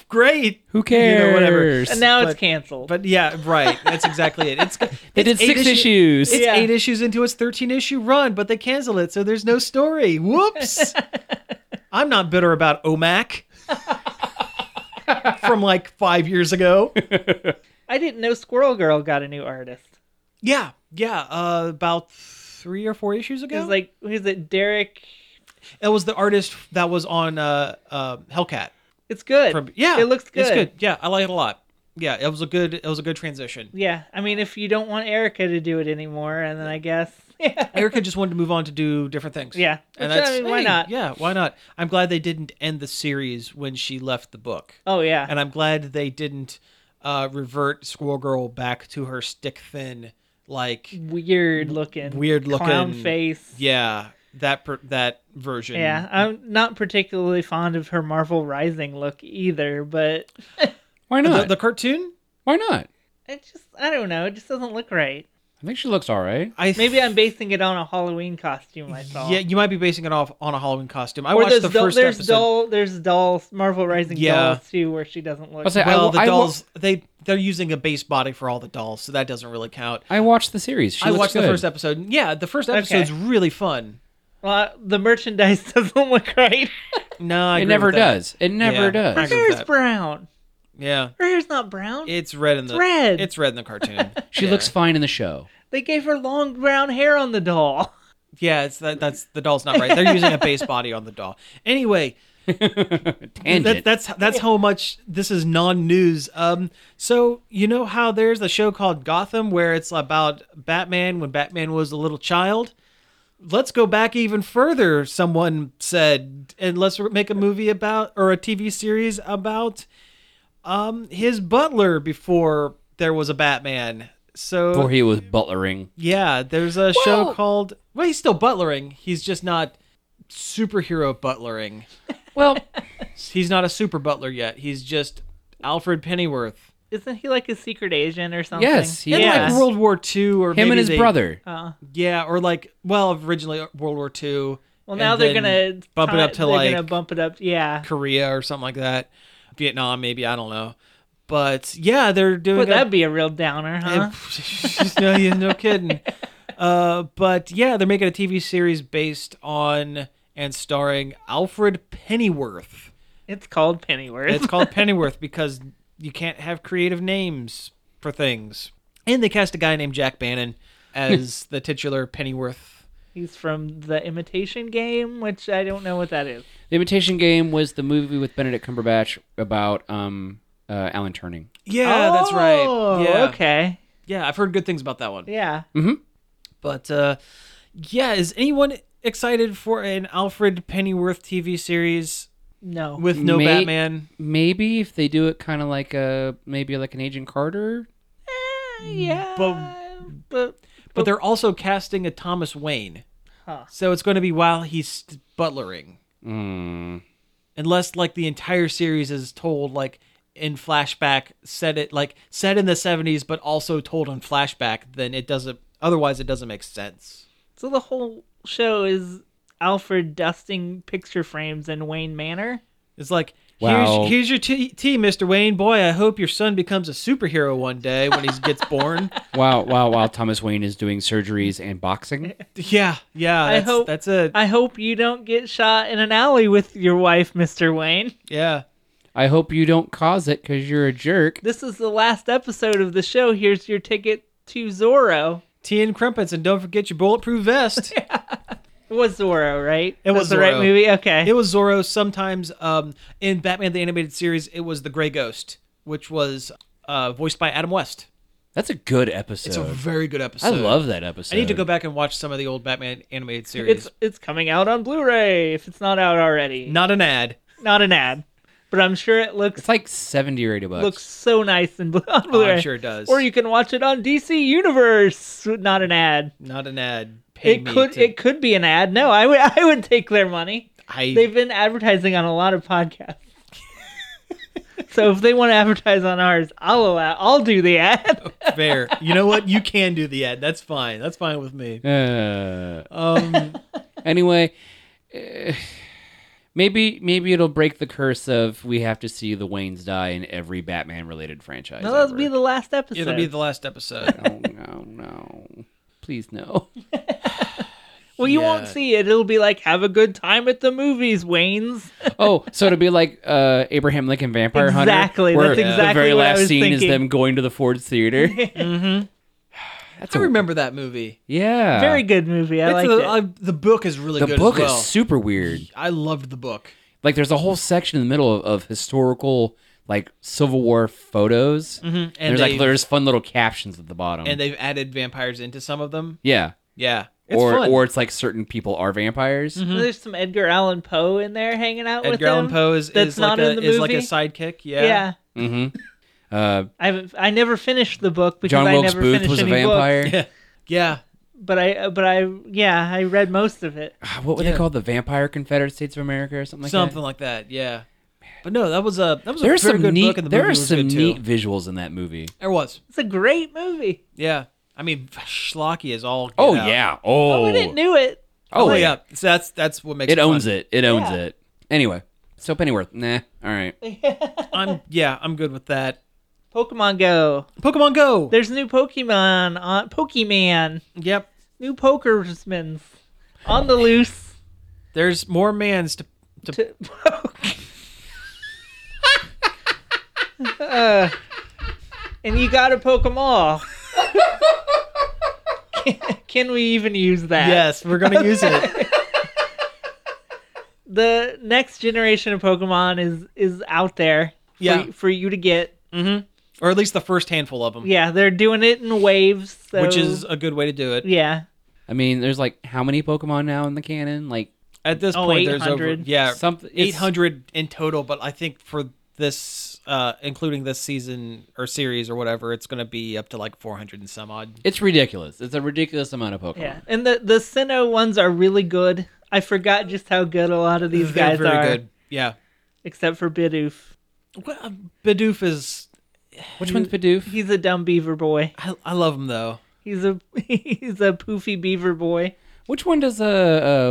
Great.
Who cares?
You know, whatever.
And now
But-
it's canceled.
But yeah, right. That's exactly it. It's they
did six issues.
It's
Yeah.
eight issues into its thirteen issue run, but they canceled it, so there's no story. Whoops. I'm not bitter about OMAC from like five years ago.
I didn't know Squirrel Girl got a new artist.
Yeah, yeah. Uh, about three or four issues
It
ago,
was like, who's it? Derek.
it was the artist that was on uh, uh, Hellcat.
It's good.
From, yeah,
it looks good.
It's good. Yeah, I like it a lot. Yeah, it was a good. It was a good transition.
Yeah, I mean, if you don't want Erica to do it anymore, and then I guess, yeah,
Erica just wanted to move on to do different things.
Yeah.
and
Which, I
that's
mean, why
hey,
not?
Yeah, why not? I'm glad they didn't end the series when she left the book,
oh yeah,
and I'm glad they didn't uh, revert Squirrel Girl back to her stick thin, like
weird looking,
Weird looking-
clown face.
yeah, that per, that version.
Yeah, I'm not particularly fond of her Marvel Rising look either, but
Why
the,
not?
the cartoon.
Why not?
it just I don't know, it just doesn't look right.
I think she looks all right.
I
Maybe I'm basing it on a Halloween costume I saw.
Yeah, you might be basing it off on a Halloween costume. I
or
watched
there's
the
doll,
first
there's
episode.
doll there's doll Marvel Rising
Yeah.
dolls too where she doesn't look.
I'll say,
Well,
I,
the
I wa-
dolls they they're using a base body for all the dolls, so that doesn't really count.
I watched the series. She
I
looks
watched
good.
the first episode. Yeah, the first
Okay.
episode's really fun.
well, the merchandise doesn't look right.
No, I
It
agree
never
with that.
does. It never
Yeah.
Her
does.
agree with
hair's
that.
brown.
Yeah,
Her hair's not brown.
it's red in the
red.
It's red in the cartoon.
She looks fine in the show.
they gave her long brown hair on the doll.
yeah, it's that, that's the doll's not right. They're using a base body on the doll. Anyway,
Tangent.
that, that's that's how much this is non-news. Um, so you know how there's a show called Gotham where it's about Batman when Batman was a little child. Let's go back even further. Someone said, and let's make a movie about or a TV series about um his butler before there was a Batman. So
Before he was butlering.
yeah, there's a show called. Well, he's still butlering. He's just not superhero butlering.
Well,
He's not a super butler yet. He's just Alfred Pennyworth.
Isn't he like a secret agent or something?
yes. He
In
yeah.
like World War II, or
Him
maybe
and his
they- uh,
brother.
Yeah, or like well, originally World War II.
Well,
and
now they're
then
gonna
bump it up to
they're
like
gonna bump it up. Yeah,
Korea or something like that, Vietnam maybe I don't know, but yeah, they're doing.
would
a-
that be a real downer, huh?
no, yeah, no kidding. Uh, but yeah, they're making a TV series based on and starring Alfred Pennyworth.
It's called Pennyworth.
It's called Pennyworth because you can't have creative names for things. And they cast a guy named Jack Bannon as the titular Pennyworth.
He's from the Imitation Game, which I don't know what that is.
The Imitation Game was the movie with Benedict Cumberbatch about um, uh, Alan Turning.
Yeah, that's
Oh,
right. Yeah.
Okay.
Yeah, I've heard good things about that one.
Yeah.
But uh, yeah, is anyone excited for an Alfred Pennyworth TV series
No.
with no
May-
Batman?
Maybe if they do it kind of like a maybe like an Agent Carter.
yeah.
But-
but
But they're also casting a Thomas Wayne. So it's going to be while he's st- butlering.
Mm.
unless like the entire series is told like in flashback set it like set in the 70s but also told in flashback then it doesn't otherwise it doesn't make sense
so the whole show is Alfred dusting picture frames in Wayne Manor.
it's like
Wow.
here's, here's your tea, tea mr wayne boy i hope your son becomes a superhero one day when he gets born
Wow, wow, wow! Thomas Wayne is doing surgeries and boxing.
yeah yeah
I
that's,
hope-
that's it
I hope you don't get shot in an alley with your wife, Mr. Wayne.
yeah
I hope you don't cause it because you're a jerk.
This is the last episode of the show. Here's your ticket to Zorro.
tea and crumpets and don't forget your bulletproof vest
It was Zorro, right? It
was
the right
Zorro.
movie. Okay.
It was Zorro. Sometimes um, in Batman the Animated Series, it was the Gray Ghost, which was uh, voiced by Adam West.
That's a good episode.
It's a very good episode.
I love that episode.
I need to go back and watch some of the old Batman animated series.
it's it's coming out on Blu-ray if it's not out already.
not an ad.
Not an ad, but I'm sure it looks
It's like seventy or eighty bucks.
looks so nice in Blu- on Blu-ray.
Oh, sure it does.
Or you can watch it on DC Universe. Not an ad.
Not an ad. Pay
It
me
could
to-
it could be an ad. No, I would I would take their money.
I,
They've been advertising on a lot of podcasts. so if they want to advertise on ours, I'll allow, I'll do the ad.
fair. You know what? You can do the ad. That's fine. That's fine with me. Um,
Uh, anyway, eh, maybe maybe it'll break the curse of we have to see the Waynes die in every Batman related franchise.
No, that'll
ever.
be the last episode.
It'll be the last episode.
Oh, no, no. Please no.
well, you won't
yeah.
see it. It'll be like have a good time at the movies, Wayne's.
Oh, so it'll be like uh, Abraham Lincoln Vampire Hunter.
Exactly,
where
that's
The
exactly
very
what I
last
was
scene
thinking.
is them going to the Ford Theater.
That's Mm-hmm. I remember that movie.
yeah.
Very good movie. I
It's the,
like it.
uh, the book is really
The
good.
book
as well.
is super weird.
I loved the book.
Like, there's a whole section in the middle of, of historical, like, Civil War photos. Mm-hmm. And,
And
there's like
they-
there's fun little captions at the bottom.
And they've added vampires into some of them.
yeah.
Yeah. It's
or
fun. Mm-hmm.
or it's like certain people are vampires.
There's some Edgar Allan Poe in there hanging out with
Edgar Allan
him.
Poe is,
that's
is, like,
not
a,
in the
is like a
movie?
sidekick. Yeah.
Yeah.
Uh,
I haven't. I never finished the book because
John
I
Wilkes
never
Booth
finished
was a
any books.
vampire.
Yeah.
but I but I yeah I read most of it.
What were
Yeah.
they called? The Vampire Confederate States of America or something like
something
that?
like that. Yeah. But no, that was a that was a
There's
pretty
some
good
neat.
book, and the
there
movie
are
was
some
good too.
neat visuals in that movie.
There was,
It's a great movie.
yeah. I mean, schlocky is all. get
Oh
out.
yeah. Oh.
Oh, I didn't knew it.
Oh
Oh
yeah.
yeah. So that's that's what makes
It owns
fun.
it. It owns
Yeah.
it. Anyway, so Pennyworth. Nah. All right.
I'm yeah. I'm good with that.
Pokemon Go.
Pokemon Go.
There's new Pokemon on Pokemon.
Yep.
New Pokersmans on the loose.
There's more mans to
To... Uh, and you got to poke 'em all. can, can we even use that?
Yes, we're gonna use it.
the next generation of Pokemon is is out there. For,
Yeah.
for you to get.
Or at least the first handful of them,
Yeah, they're doing it in waves, so-
which is a good way to do it.
yeah.
I mean, there's like how many Pokemon now in the canon? Like
At this
Oh,
point, there's over
800.
yeah,
Something- it's-
eight hundred in total. But I think for this, uh, including this season or series or whatever, it's going to be up to like four hundred and some odd.
it's ridiculous. It's a ridiculous amount of Pokemon.
Yeah, and the the Sinnoh ones are really good. I forgot just how good a lot of these
They're
guys
very
are,
good. Yeah,
except for Bidoof.
well, Bidoof is.
Which one's Bidoof?
He's a dumb beaver boy.
I, I love him though.
He's a he's a poofy beaver boy.
Which one does uh?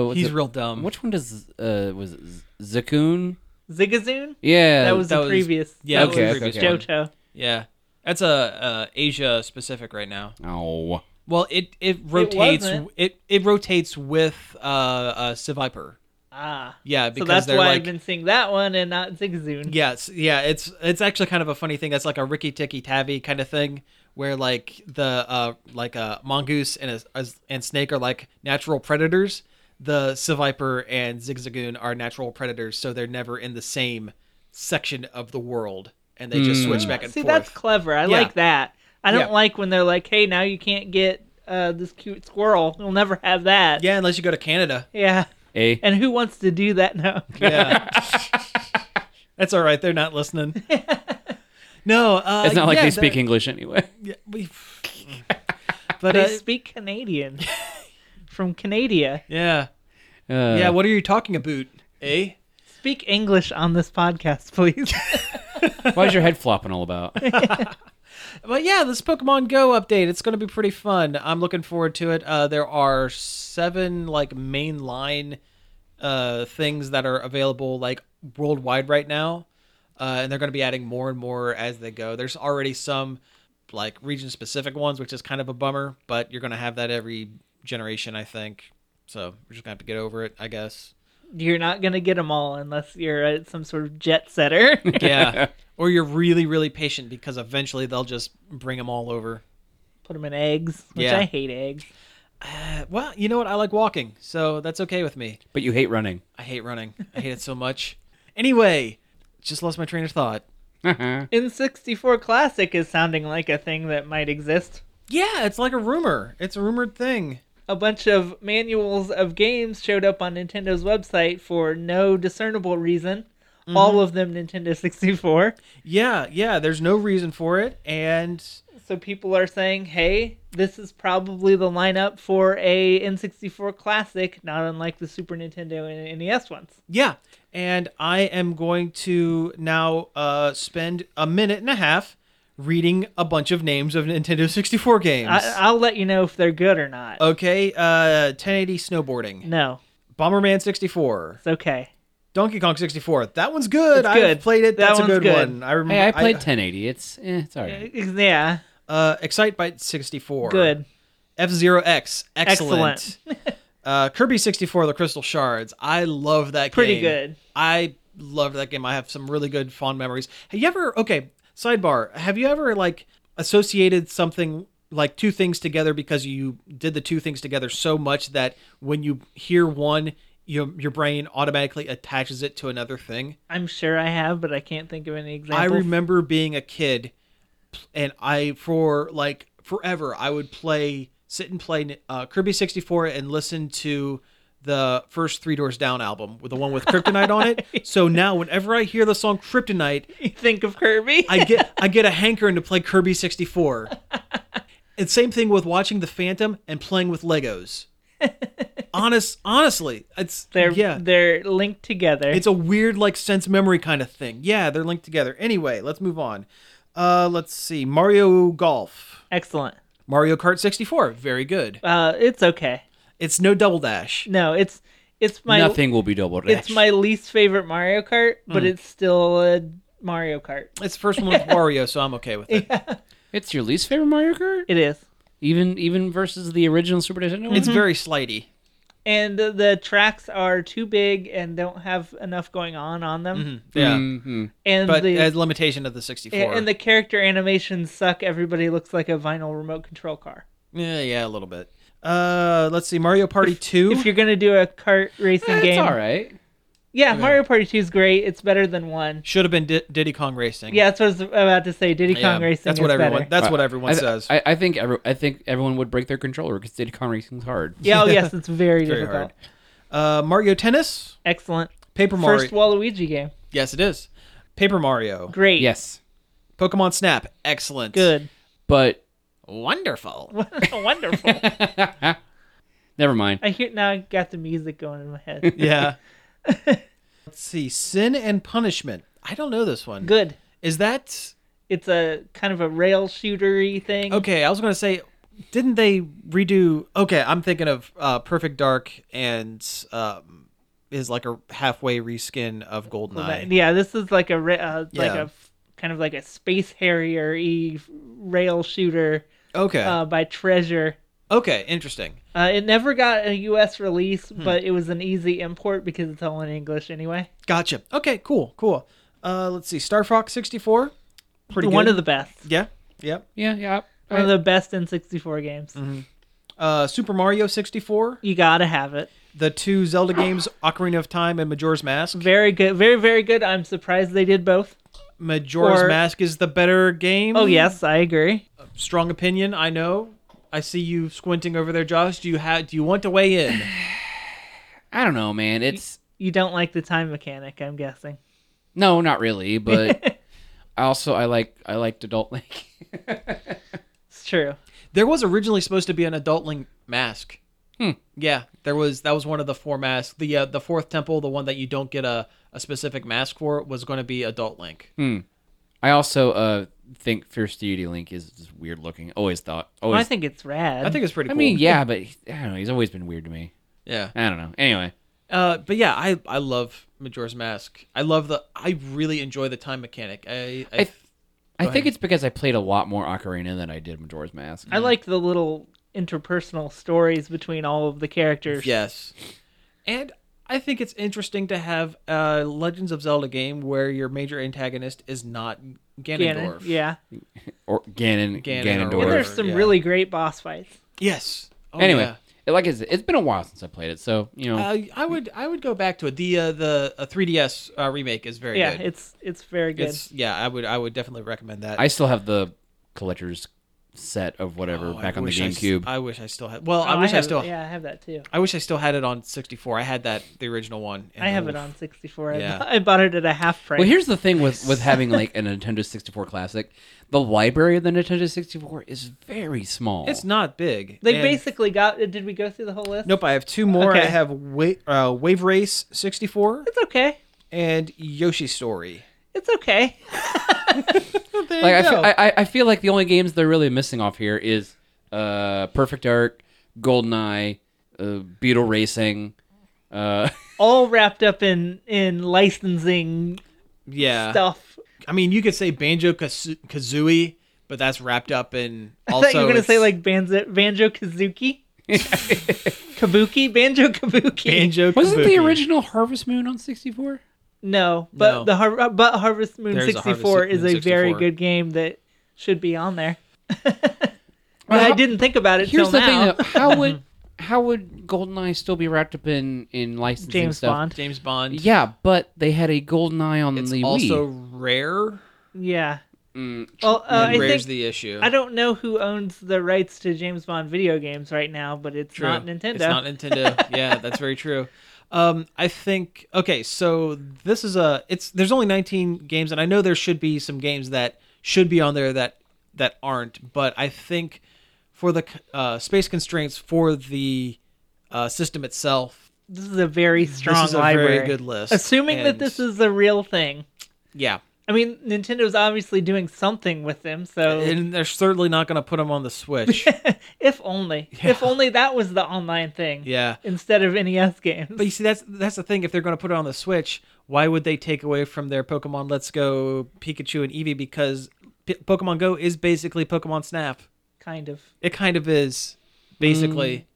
uh what's
He's
it-
real dumb.
Which one does uh was it Z- Zacoon?
Zigazoon?
Yeah,
that was
that
the
was-
previous.
Yeah, that was
Okay,
the previous
okay,
one.
okay.
Johto.
Yeah, that's a uh, Asia specific right now.
Oh,
Well, it it rotates. It
wasn't.
it, rotates with uh, uh Civiper.
Ah,
Yeah,
so
because
that's
they're
why
like
I've been seeing that one and not Zigazoon.
Yes, yeah, it's it's actually kind of a funny thing. That's like a Ricky Ticky Tavi kind of thing, where like the uh like a mongoose and a, a- and snake are like natural predators. The Seviper and Zigzagoon are natural predators, so they're never in the same section of the world, and they just switch back and
See,
forth.
that's clever. I
Yeah.
like that. I don't
Yeah.
like when they're like, "Hey, now you can't get uh, this cute squirrel. You'll never have that."
yeah, unless you go to Canada.
yeah.
a
And uh, who wants to do that now?
Yeah, that's all right. They're not listening. No, uh,
it's not like
yeah,
they
that-
speak English anyway.
yeah, we- but
They
uh,
speak Canadian from Canada.
yeah.
Uh,
Yeah, what are you talking about? Eh?
Speak English on this podcast, please.
why's your head flopping all about?
But yeah, this Pokemon Go update, it's going to be pretty fun. I'm looking forward to it. Uh, there are seven like mainline uh, things that are available like worldwide right now, uh, and they're going to be adding more and more as they go. There's already some like region specific ones, which is kind of a bummer, but you're going to have that every generation, I think. So we're just going to have to get over it, I guess.
you're not gonna get them all unless you're uh, some sort of jet setter.
Yeah. or you're really, really patient because eventually they'll just bring them all over.
Put them in eggs, which
Yeah.
I hate eggs.
Uh, Well, you know what? I like walking, so that's okay with me.
But you hate running.
I hate running. I hate it so much. Anyway, just lost my train of thought.
N64 Classic is sounding like a thing that might exist.
Yeah, it's like a rumor. It's a rumored thing.
A bunch of manuals of games showed up on Nintendo's website for no discernible reason.
Mm-hmm.
All of them Nintendo 64.
Yeah, yeah, there's no reason for it and
So people are saying, hey, this is probably the lineup for a N64 classic, not unlike the Super Nintendo and NES ones.
yeah, and I am going to now uh spend a minute and a half reading a bunch of names of Nintendo 64 games.
I, I'll let you know if they're good or
Oh.
not.
okay, uh 1080 snowboarding,
No,
Bomberman 64,
it's okay.
Donkey Kong 64. That one's good.
It's
I
good.
played it.
That
That's a
one's
good,
good.
one. I remember
Hey, I played 1080. It's eh, it's alright.
Yeah,
uh Excite Bite 64.
good.
F Zero X, excellent.
Excellent.
uh, Kirby sixty four, the Crystal Shards. I love that
Pretty
game.
good.
I loved that game. I have some really good fond memories. Have you ever? Okay, sidebar. Have you ever like associated something like two things together because you did the two things together so much that when you hear one, your your brain automatically attaches it to another thing?
I'm sure I have, but I can't think of any examples.
I remember being a kid, and I for like forever I would play sit and play uh, Kirby sixty four and listen to the first Three Doors Down album with the one with Kryptonite on it. So now whenever I hear the song Kryptonite,
think of Kirby.
I get I get a hankering to play Kirby sixty four. And same thing with watching the Phantom and playing with Legos. Honest, honestly, it's
They're
yeah,
they're linked together.
it's a weird like sense memory kind of thing. Yeah, they're linked together. Anyway, let's move on. Uh, let's see, Mario Golf,
excellent.
Mario Kart 64, very good.
Uh, it's okay.
It's no double dash.
No, it's it's my
Nothing will be double
it's
dashed.
my least favorite Mario Kart, but
Mm.
it's still a Mario Kart.
It's the first one with Wario, so I'm okay with it.
It's your least favorite Mario Kart,
It is.
even even versus the original Super Nintendo. one?
It's very slighty.
And the- the tracks are too big and don't have enough going on on them.
Yeah,
Mm-hmm.
Mm-hmm.
And
but
the
as limitation of the 64.
Mm. and the character animations suck. Everybody looks like a vinyl remote control car.
yeah, yeah, a little bit. Uh, let's see, Mario Party 2.
If you're gonna do a kart racing
Eh, it's
game,
all right.
yeah, Mario Party Two is great. It's better than one.
Should have been Di- Diddy Kong Racing.
Yeah, that's what I was about to say. Diddy
Yeah,
Kong Racing
That's what
is
everyone.
better.
That's what
I-
everyone
Uh, I,
says.
I, I think every, I think everyone would break their controller because Diddy Kong Racing's hard.
yeah, oh, yes, it's very,
Very
difficult.
hard. uh, Mario Tennis,
Excellent.
Paper Mario.
First Waluigi game.
yes, it is. Paper Mario,
Great.
Yes,
Pokemon Snap, excellent.
Good.
but
wonderful.
Wonderful.
never mind.
I hear now. I got the music going in my head.
Yeah. Let's see, Sin and Punishment. I don't know this one.
Good.
Is that
It's a kind of a rail shootery thing.
okay? I was gonna say, didn't they redo? Okay, I'm thinking of uh, Perfect Dark and um, is like a halfway reskin of
Well,
Goldeneye.
that- yeah, this is like a ra- uh, like
Yeah.
a f- kind of like a space harrier y rail shooter
Okay.
uh, by Treasure.
okay. Interesting.
Uh, it never got a U.S. release,
Hmm.
but it was an easy import because it's all in English anyway.
Gotcha. Okay, cool, cool. Uh, let's see, Star Fox 64. Pretty
One
good.
of the best.
Yeah, yeah.
Yeah, yeah.
One of the best N64 games.
Mm-hmm. Uh, Super Mario 64,
You gotta have it.
the two Zelda games, Ocarina of Time and Majora's Mask.
Very good. Very, very good. I'm surprised they did both.
Majora's
Or-
Mask is the better game.
Oh, yes, I agree.
Strong opinion, I know. I see you squinting over there, Josh. Do you ha- do you want to weigh in?
I don't know, man. It's
You don't like the time mechanic, I'm guessing.
no, not really. But I also I like I liked Adult Link.
It's true.
there was originally supposed to be an adult Link mask. Yeah, there was. That was one of the four masks. The uh, the fourth temple, the one that you don't get a, a specific mask for, was going to be adult Link.
I also uh think Fierce Deity Link is just weird looking. Always thought. Always.
I think it's rad.
I think it's pretty.
I
cool.
mean, yeah, but he- I don't know. He's always been weird to me.
yeah.
I don't know. Anyway,
Uh, but yeah, I I love Majora's Mask. I love the. I really enjoy the time mechanic. I, I,
I, I think
ahead.
it's because I played a lot more Ocarina than I did Majora's Mask.
I like the little interpersonal stories between all of the characters.
yes, and I think it's interesting to have a Legends of Zelda game where your major antagonist is not
Ganon,
Ganondorf.
yeah.
or
Ganon or
Ganon, Ganondorf.
And
whatever.
there's some
yeah.
really great boss fights.
Yes. Oh,
anyway,
yeah.
it- like I said, it's been a while since I played it, so you know.
Uh, I would I would go back to it. The uh, the uh, 3DS uh, remake is very
Yeah,
good.
it's it's very good.
It's- yeah, I would I would definitely recommend that.
I still have the collector's set of whatever
Oh, I
back on the
wish I s-
GameCube.
I wish I still had. Well,
Oh,
I wish I,
have-
still.
Yeah, I have that too.
I wish I still had it on 64. I had that the original one. oh and
I have
oof.
it on 64. I,
Yeah.
bu- I bought it at a half price.
well, here's the thing with with having like a Nintendo 64 classic, the library of the Nintendo 64 is very small.
It's not big.
they
And-
basically got. Did we go through the whole list?
Nope, I have two more. I
Okay.
have Wa- uh, Wave Race 64
It's okay.
and Yoshi Story.
It's okay.
There
like I
you
feel,
go.
I, I- I feel like the only games they're really missing off here is uh, Perfect Dark, GoldenEye, uh, Beetle Racing. Uh,
All wrapped up in in licensing
yeah.
stuff.
I mean, you could say Banjo Kazoo- Kazooie, but that's wrapped up in
I
also.
thought you were gonna
it's
say like Banjo Banjo Kazuki, Kabuki, Banjo Kabuki.
Banjo.
wasn't the
Kazooie.
original Harvest Moon on 64?
No, but
No.
the Har- but Harvest Moon
There's a
sixty
Harvest
four
Moon
is a very
64.
good game that should be on there.
Well,
I
how-
didn't think about it
Here's
till
the
now.
thing: though, how would how would GoldenEye still be wrapped up in in licensing
James
stuff?
Bond.
James Bond.
Yeah, but they had a GoldenEye on
It's
the
also
Wii.
rare.
Yeah. well, uh, I
Rare's
think
the issue.
I don't know who owns the rights to James Bond video games right now, but it's
True.
not Nintendo.
It's not Nintendo. yeah, that's very true. Um, I think okay, so this is a it's there's only 19 games, and I know there should be some games that should be on there that that aren't, but I think for the c- uh, space constraints for the uh, system itself.
This is a very strong
is a very
library.
good list,
Assuming that
and-
this is the real thing.
Yeah,
I mean, Nintendo's obviously doing something with them, so
and they're certainly not going to put them on the Switch.
if only, if only that was the online thing,
yeah,
instead of NES games.
But you see, that's that's the thing. If they're going to put it on the Switch, why would they take away from their Pokemon Let's Go Pikachu and Eevee? Because P- Pokemon Go is basically Pokemon Snap.
kind of.
It kind of is, basically.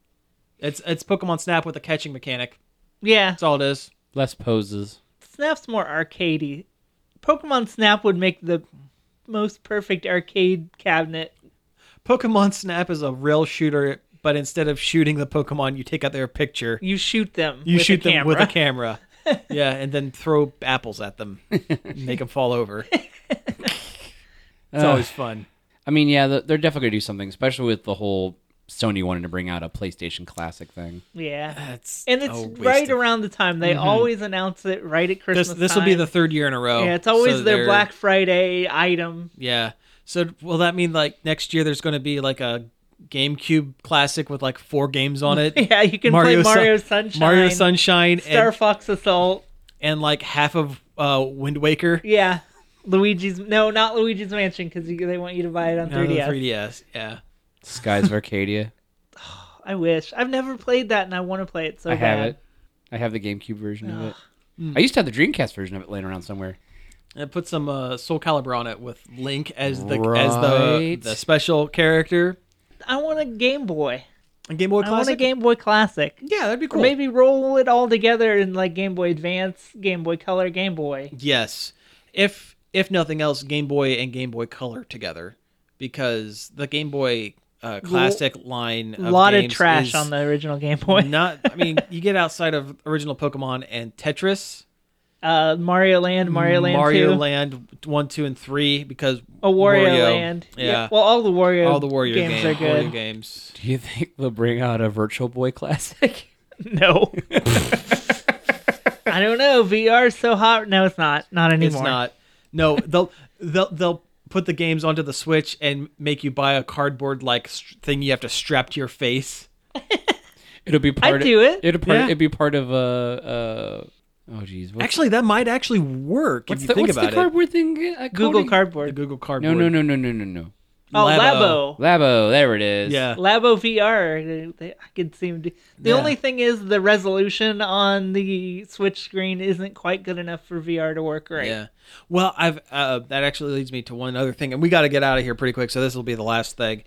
It's it's Pokemon Snap with a catching mechanic.
Yeah,
That's all it is.
Less poses.
Snap's more arcadey. Pokemon Snap would make the most perfect arcade cabinet.
Pokemon Snap is a real shooter, but instead of shooting the Pokemon, you take out their picture.
You shoot them.
You
with a
shoot them with a
camera.
camera. yeah, and then throw apples at them, make them fall over. it's always fun.
I mean, yeah, they're they're definitely gonna do something, especially with the whole Sony wanting to bring out a PlayStation Classic thing.
Yeah.
It's
And it's
a waste
right
of
around the time they always announce it right at Christmas.
Mm-hmm. this this will be
time.
the third year in a row.
yeah. It's always
Oh, So
their
they're-
Black Friday item.
Yeah. So will that mean like next year there's going to be like a GameCube classic with like four games on it?
Yeah, you can play
Sun-
Mario Sunshine,
Mario Sunshine,
Star
and,
Fox Assault.
and like half of uh, Wind Waker.
Yeah, Luigi's. No, not Luigi's Mansion because they want you to buy it on
No, the
3DS.
3DS. Yeah.
Skies of Arcadia.
I wish. I've never played that, and I want to play it so
I
bad. Mm.
have it. I have the GameCube version of it. I used to have the Dreamcast version of it laying around somewhere.
And put some uh, Soul Calibur on it with Link as the as the
Right.
the special character.
I want a Game Boy.
And Game Boy
I want a
Classic.
Game Boy Classic.
yeah, that'd be
Or
cool.
maybe roll it all together in like Game Boy Advance, Game Boy Color, Game Boy.
Yes. If if nothing else, Game Boy and Game Boy Color together, because the Game Boy uh, Classic line
A
of
lot of
games
trash
is
on the original Game Boy.
Not, I mean, you get outside of original Pokemon and Tetris,
Uh, Mario Land, Mario Land
Mm, Mario
2,
Land one, two, and three because
a Wario,
Wario.
Land.
Yeah.
Well, all the Wario
all the Warrior
games
games,
are good.
Wario games.
Do you think they'll bring out a Virtual Boy Classic?
No. I don't know. VR's so hot. No, it's not. Not anymore.
It's not. No, they'll they'll they'll put the games onto the Switch and make you buy a cardboard like thing you have to strap to your face.
It'll be part.
do it.
It'll part.
Yeah.
It'd be part of a. Uh, oh, geez. What,
Actually, that might actually work if
what's
you
the,
think
what's
about
the
it.
cardboard thing? Uh,
Google
Cody?
The
Cardboard.
Google
No,
cardboard.
no, no, no, no, no, no.
Oh, Labo.
Labo. There it is.
Yeah.
Labo VR. They- I could seem to. The
Yeah.
only thing is the resolution on the Switch screen isn't quite good enough for VR to work right.
Yeah. Well, I've uh, that actually leads me to one other thing, and we got to get out of here pretty quick. So this will be the last thing.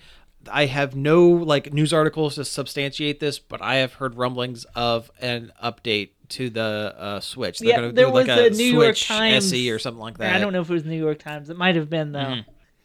I have no like news articles to substantiate this, but I have heard rumblings of an update to the uh, Switch. They're
Yeah,
gonna
there
do like
was
a,
a New York
Switch
Times-
SE or something like that. Mm-hmm.
I don't know if it was New York Times. It might have been though.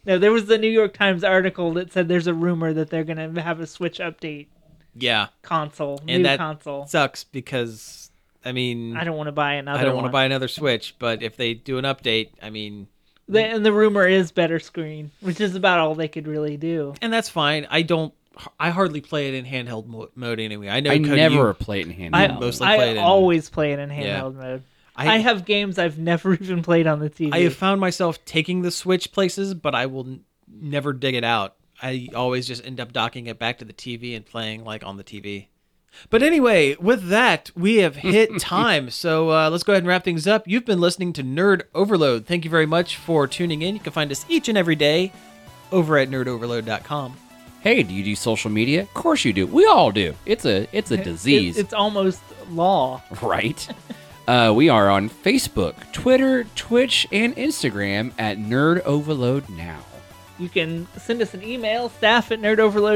No, there was the New York Times article that said there's a rumor that they're gonna have a Switch update
Yeah,
console,
and
new
that
console.
sucks because I mean
I don't want to buy another.
I don't want to
one.
buy another Switch, but if they do an update, I mean
The, and the rumor is better screen, which is about all they could really do.
and that's fine. I don't. I hardly play it in handheld mo- mode anyway. I know
I
Cody,
never
you-
play it in hand.
I
mostly play
I
it in-
always play it in
Yeah.
handheld mode. I, have games I've never even played on the TV.
I have found myself taking the Switch places, but I will n- never dig it out. I always just end up docking it back to the TV and playing like on the TV. But anyway, with that, we have hit time. So uh, let's go ahead and wrap things up. You've been listening to Nerd Overload. Thank you very much for tuning in. You can find us each and every day over at nerdoverload.com.
Hey, do you do social media? Of course you do. We all do. It's a it's a disease,
It- it's almost law.
right? uh, we are on Facebook, Twitter, Twitch, and Instagram at Nerd Overload now.
You can send us an email, staff at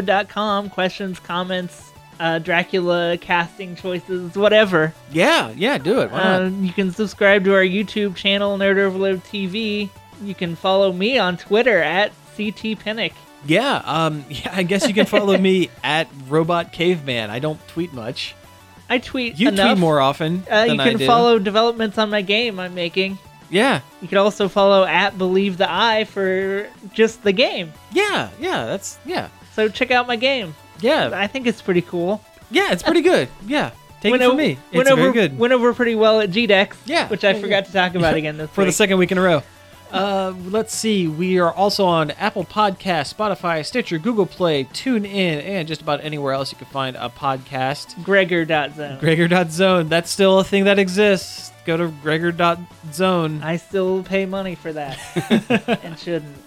nerdoverload.com, questions, comments, uh, Dracula casting choices, whatever.
Yeah, yeah, do it. Why not?
Uh, you can subscribe to our YouTube channel, Nerd Overload TV. You can follow me on Twitter at CT Pinnock.
Yeah, um, yeah, I guess you can follow me at Robot Caveman. I don't tweet much.
I tweet
You
enough.
tweet more often
Uh, you
than I
can
do.
follow developments on my game I'm making.
Yeah,
You can also follow at Believe the Eye for just the game.
Yeah, yeah, that's yeah,
So check out my game.
yeah,
I think it's pretty cool.
yeah. It's pretty good. Yeah, take it from
o-
me. It's
went
very
over,
good
Went over pretty well at GDEX.
Yeah.
which I forgot to talk about again this
for the
week.
second week in a row. Uh, let's see. We are also on Apple Podcast, Spotify, Stitcher, Google Play, TuneIn, and just about anywhere else you can find a podcast.
Gregor.zone.
Gregor.zone. That's still a thing that exists. Go to Gregor.zone.
I still pay money for that and shouldn't.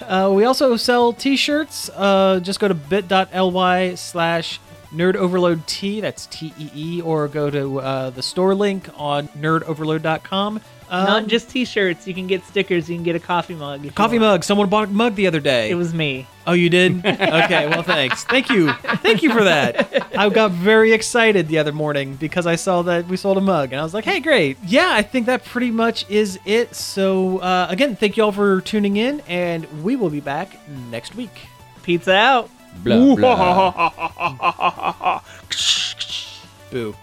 Uh, we also sell t-shirts. Uh, just go to bit.ly slash nerdoverloadt. That's T-E-E. Or go to uh, the store link on nerdoverload.com. Um,
Not just t shirts. You can get stickers. You can get a coffee mug. if you
coffee
want.
mug. Someone bought a mug the other day.
It was me.
Oh, you did? okay, well, thanks. Thank you. Thank you for that. I got very excited the other morning because I saw that we sold a mug, and I was like, hey, great. Yeah, I think that pretty much is it. So, uh, again, thank you all for tuning in, and we will be back next week.
Pizza out.
Blah, blah.
Boo.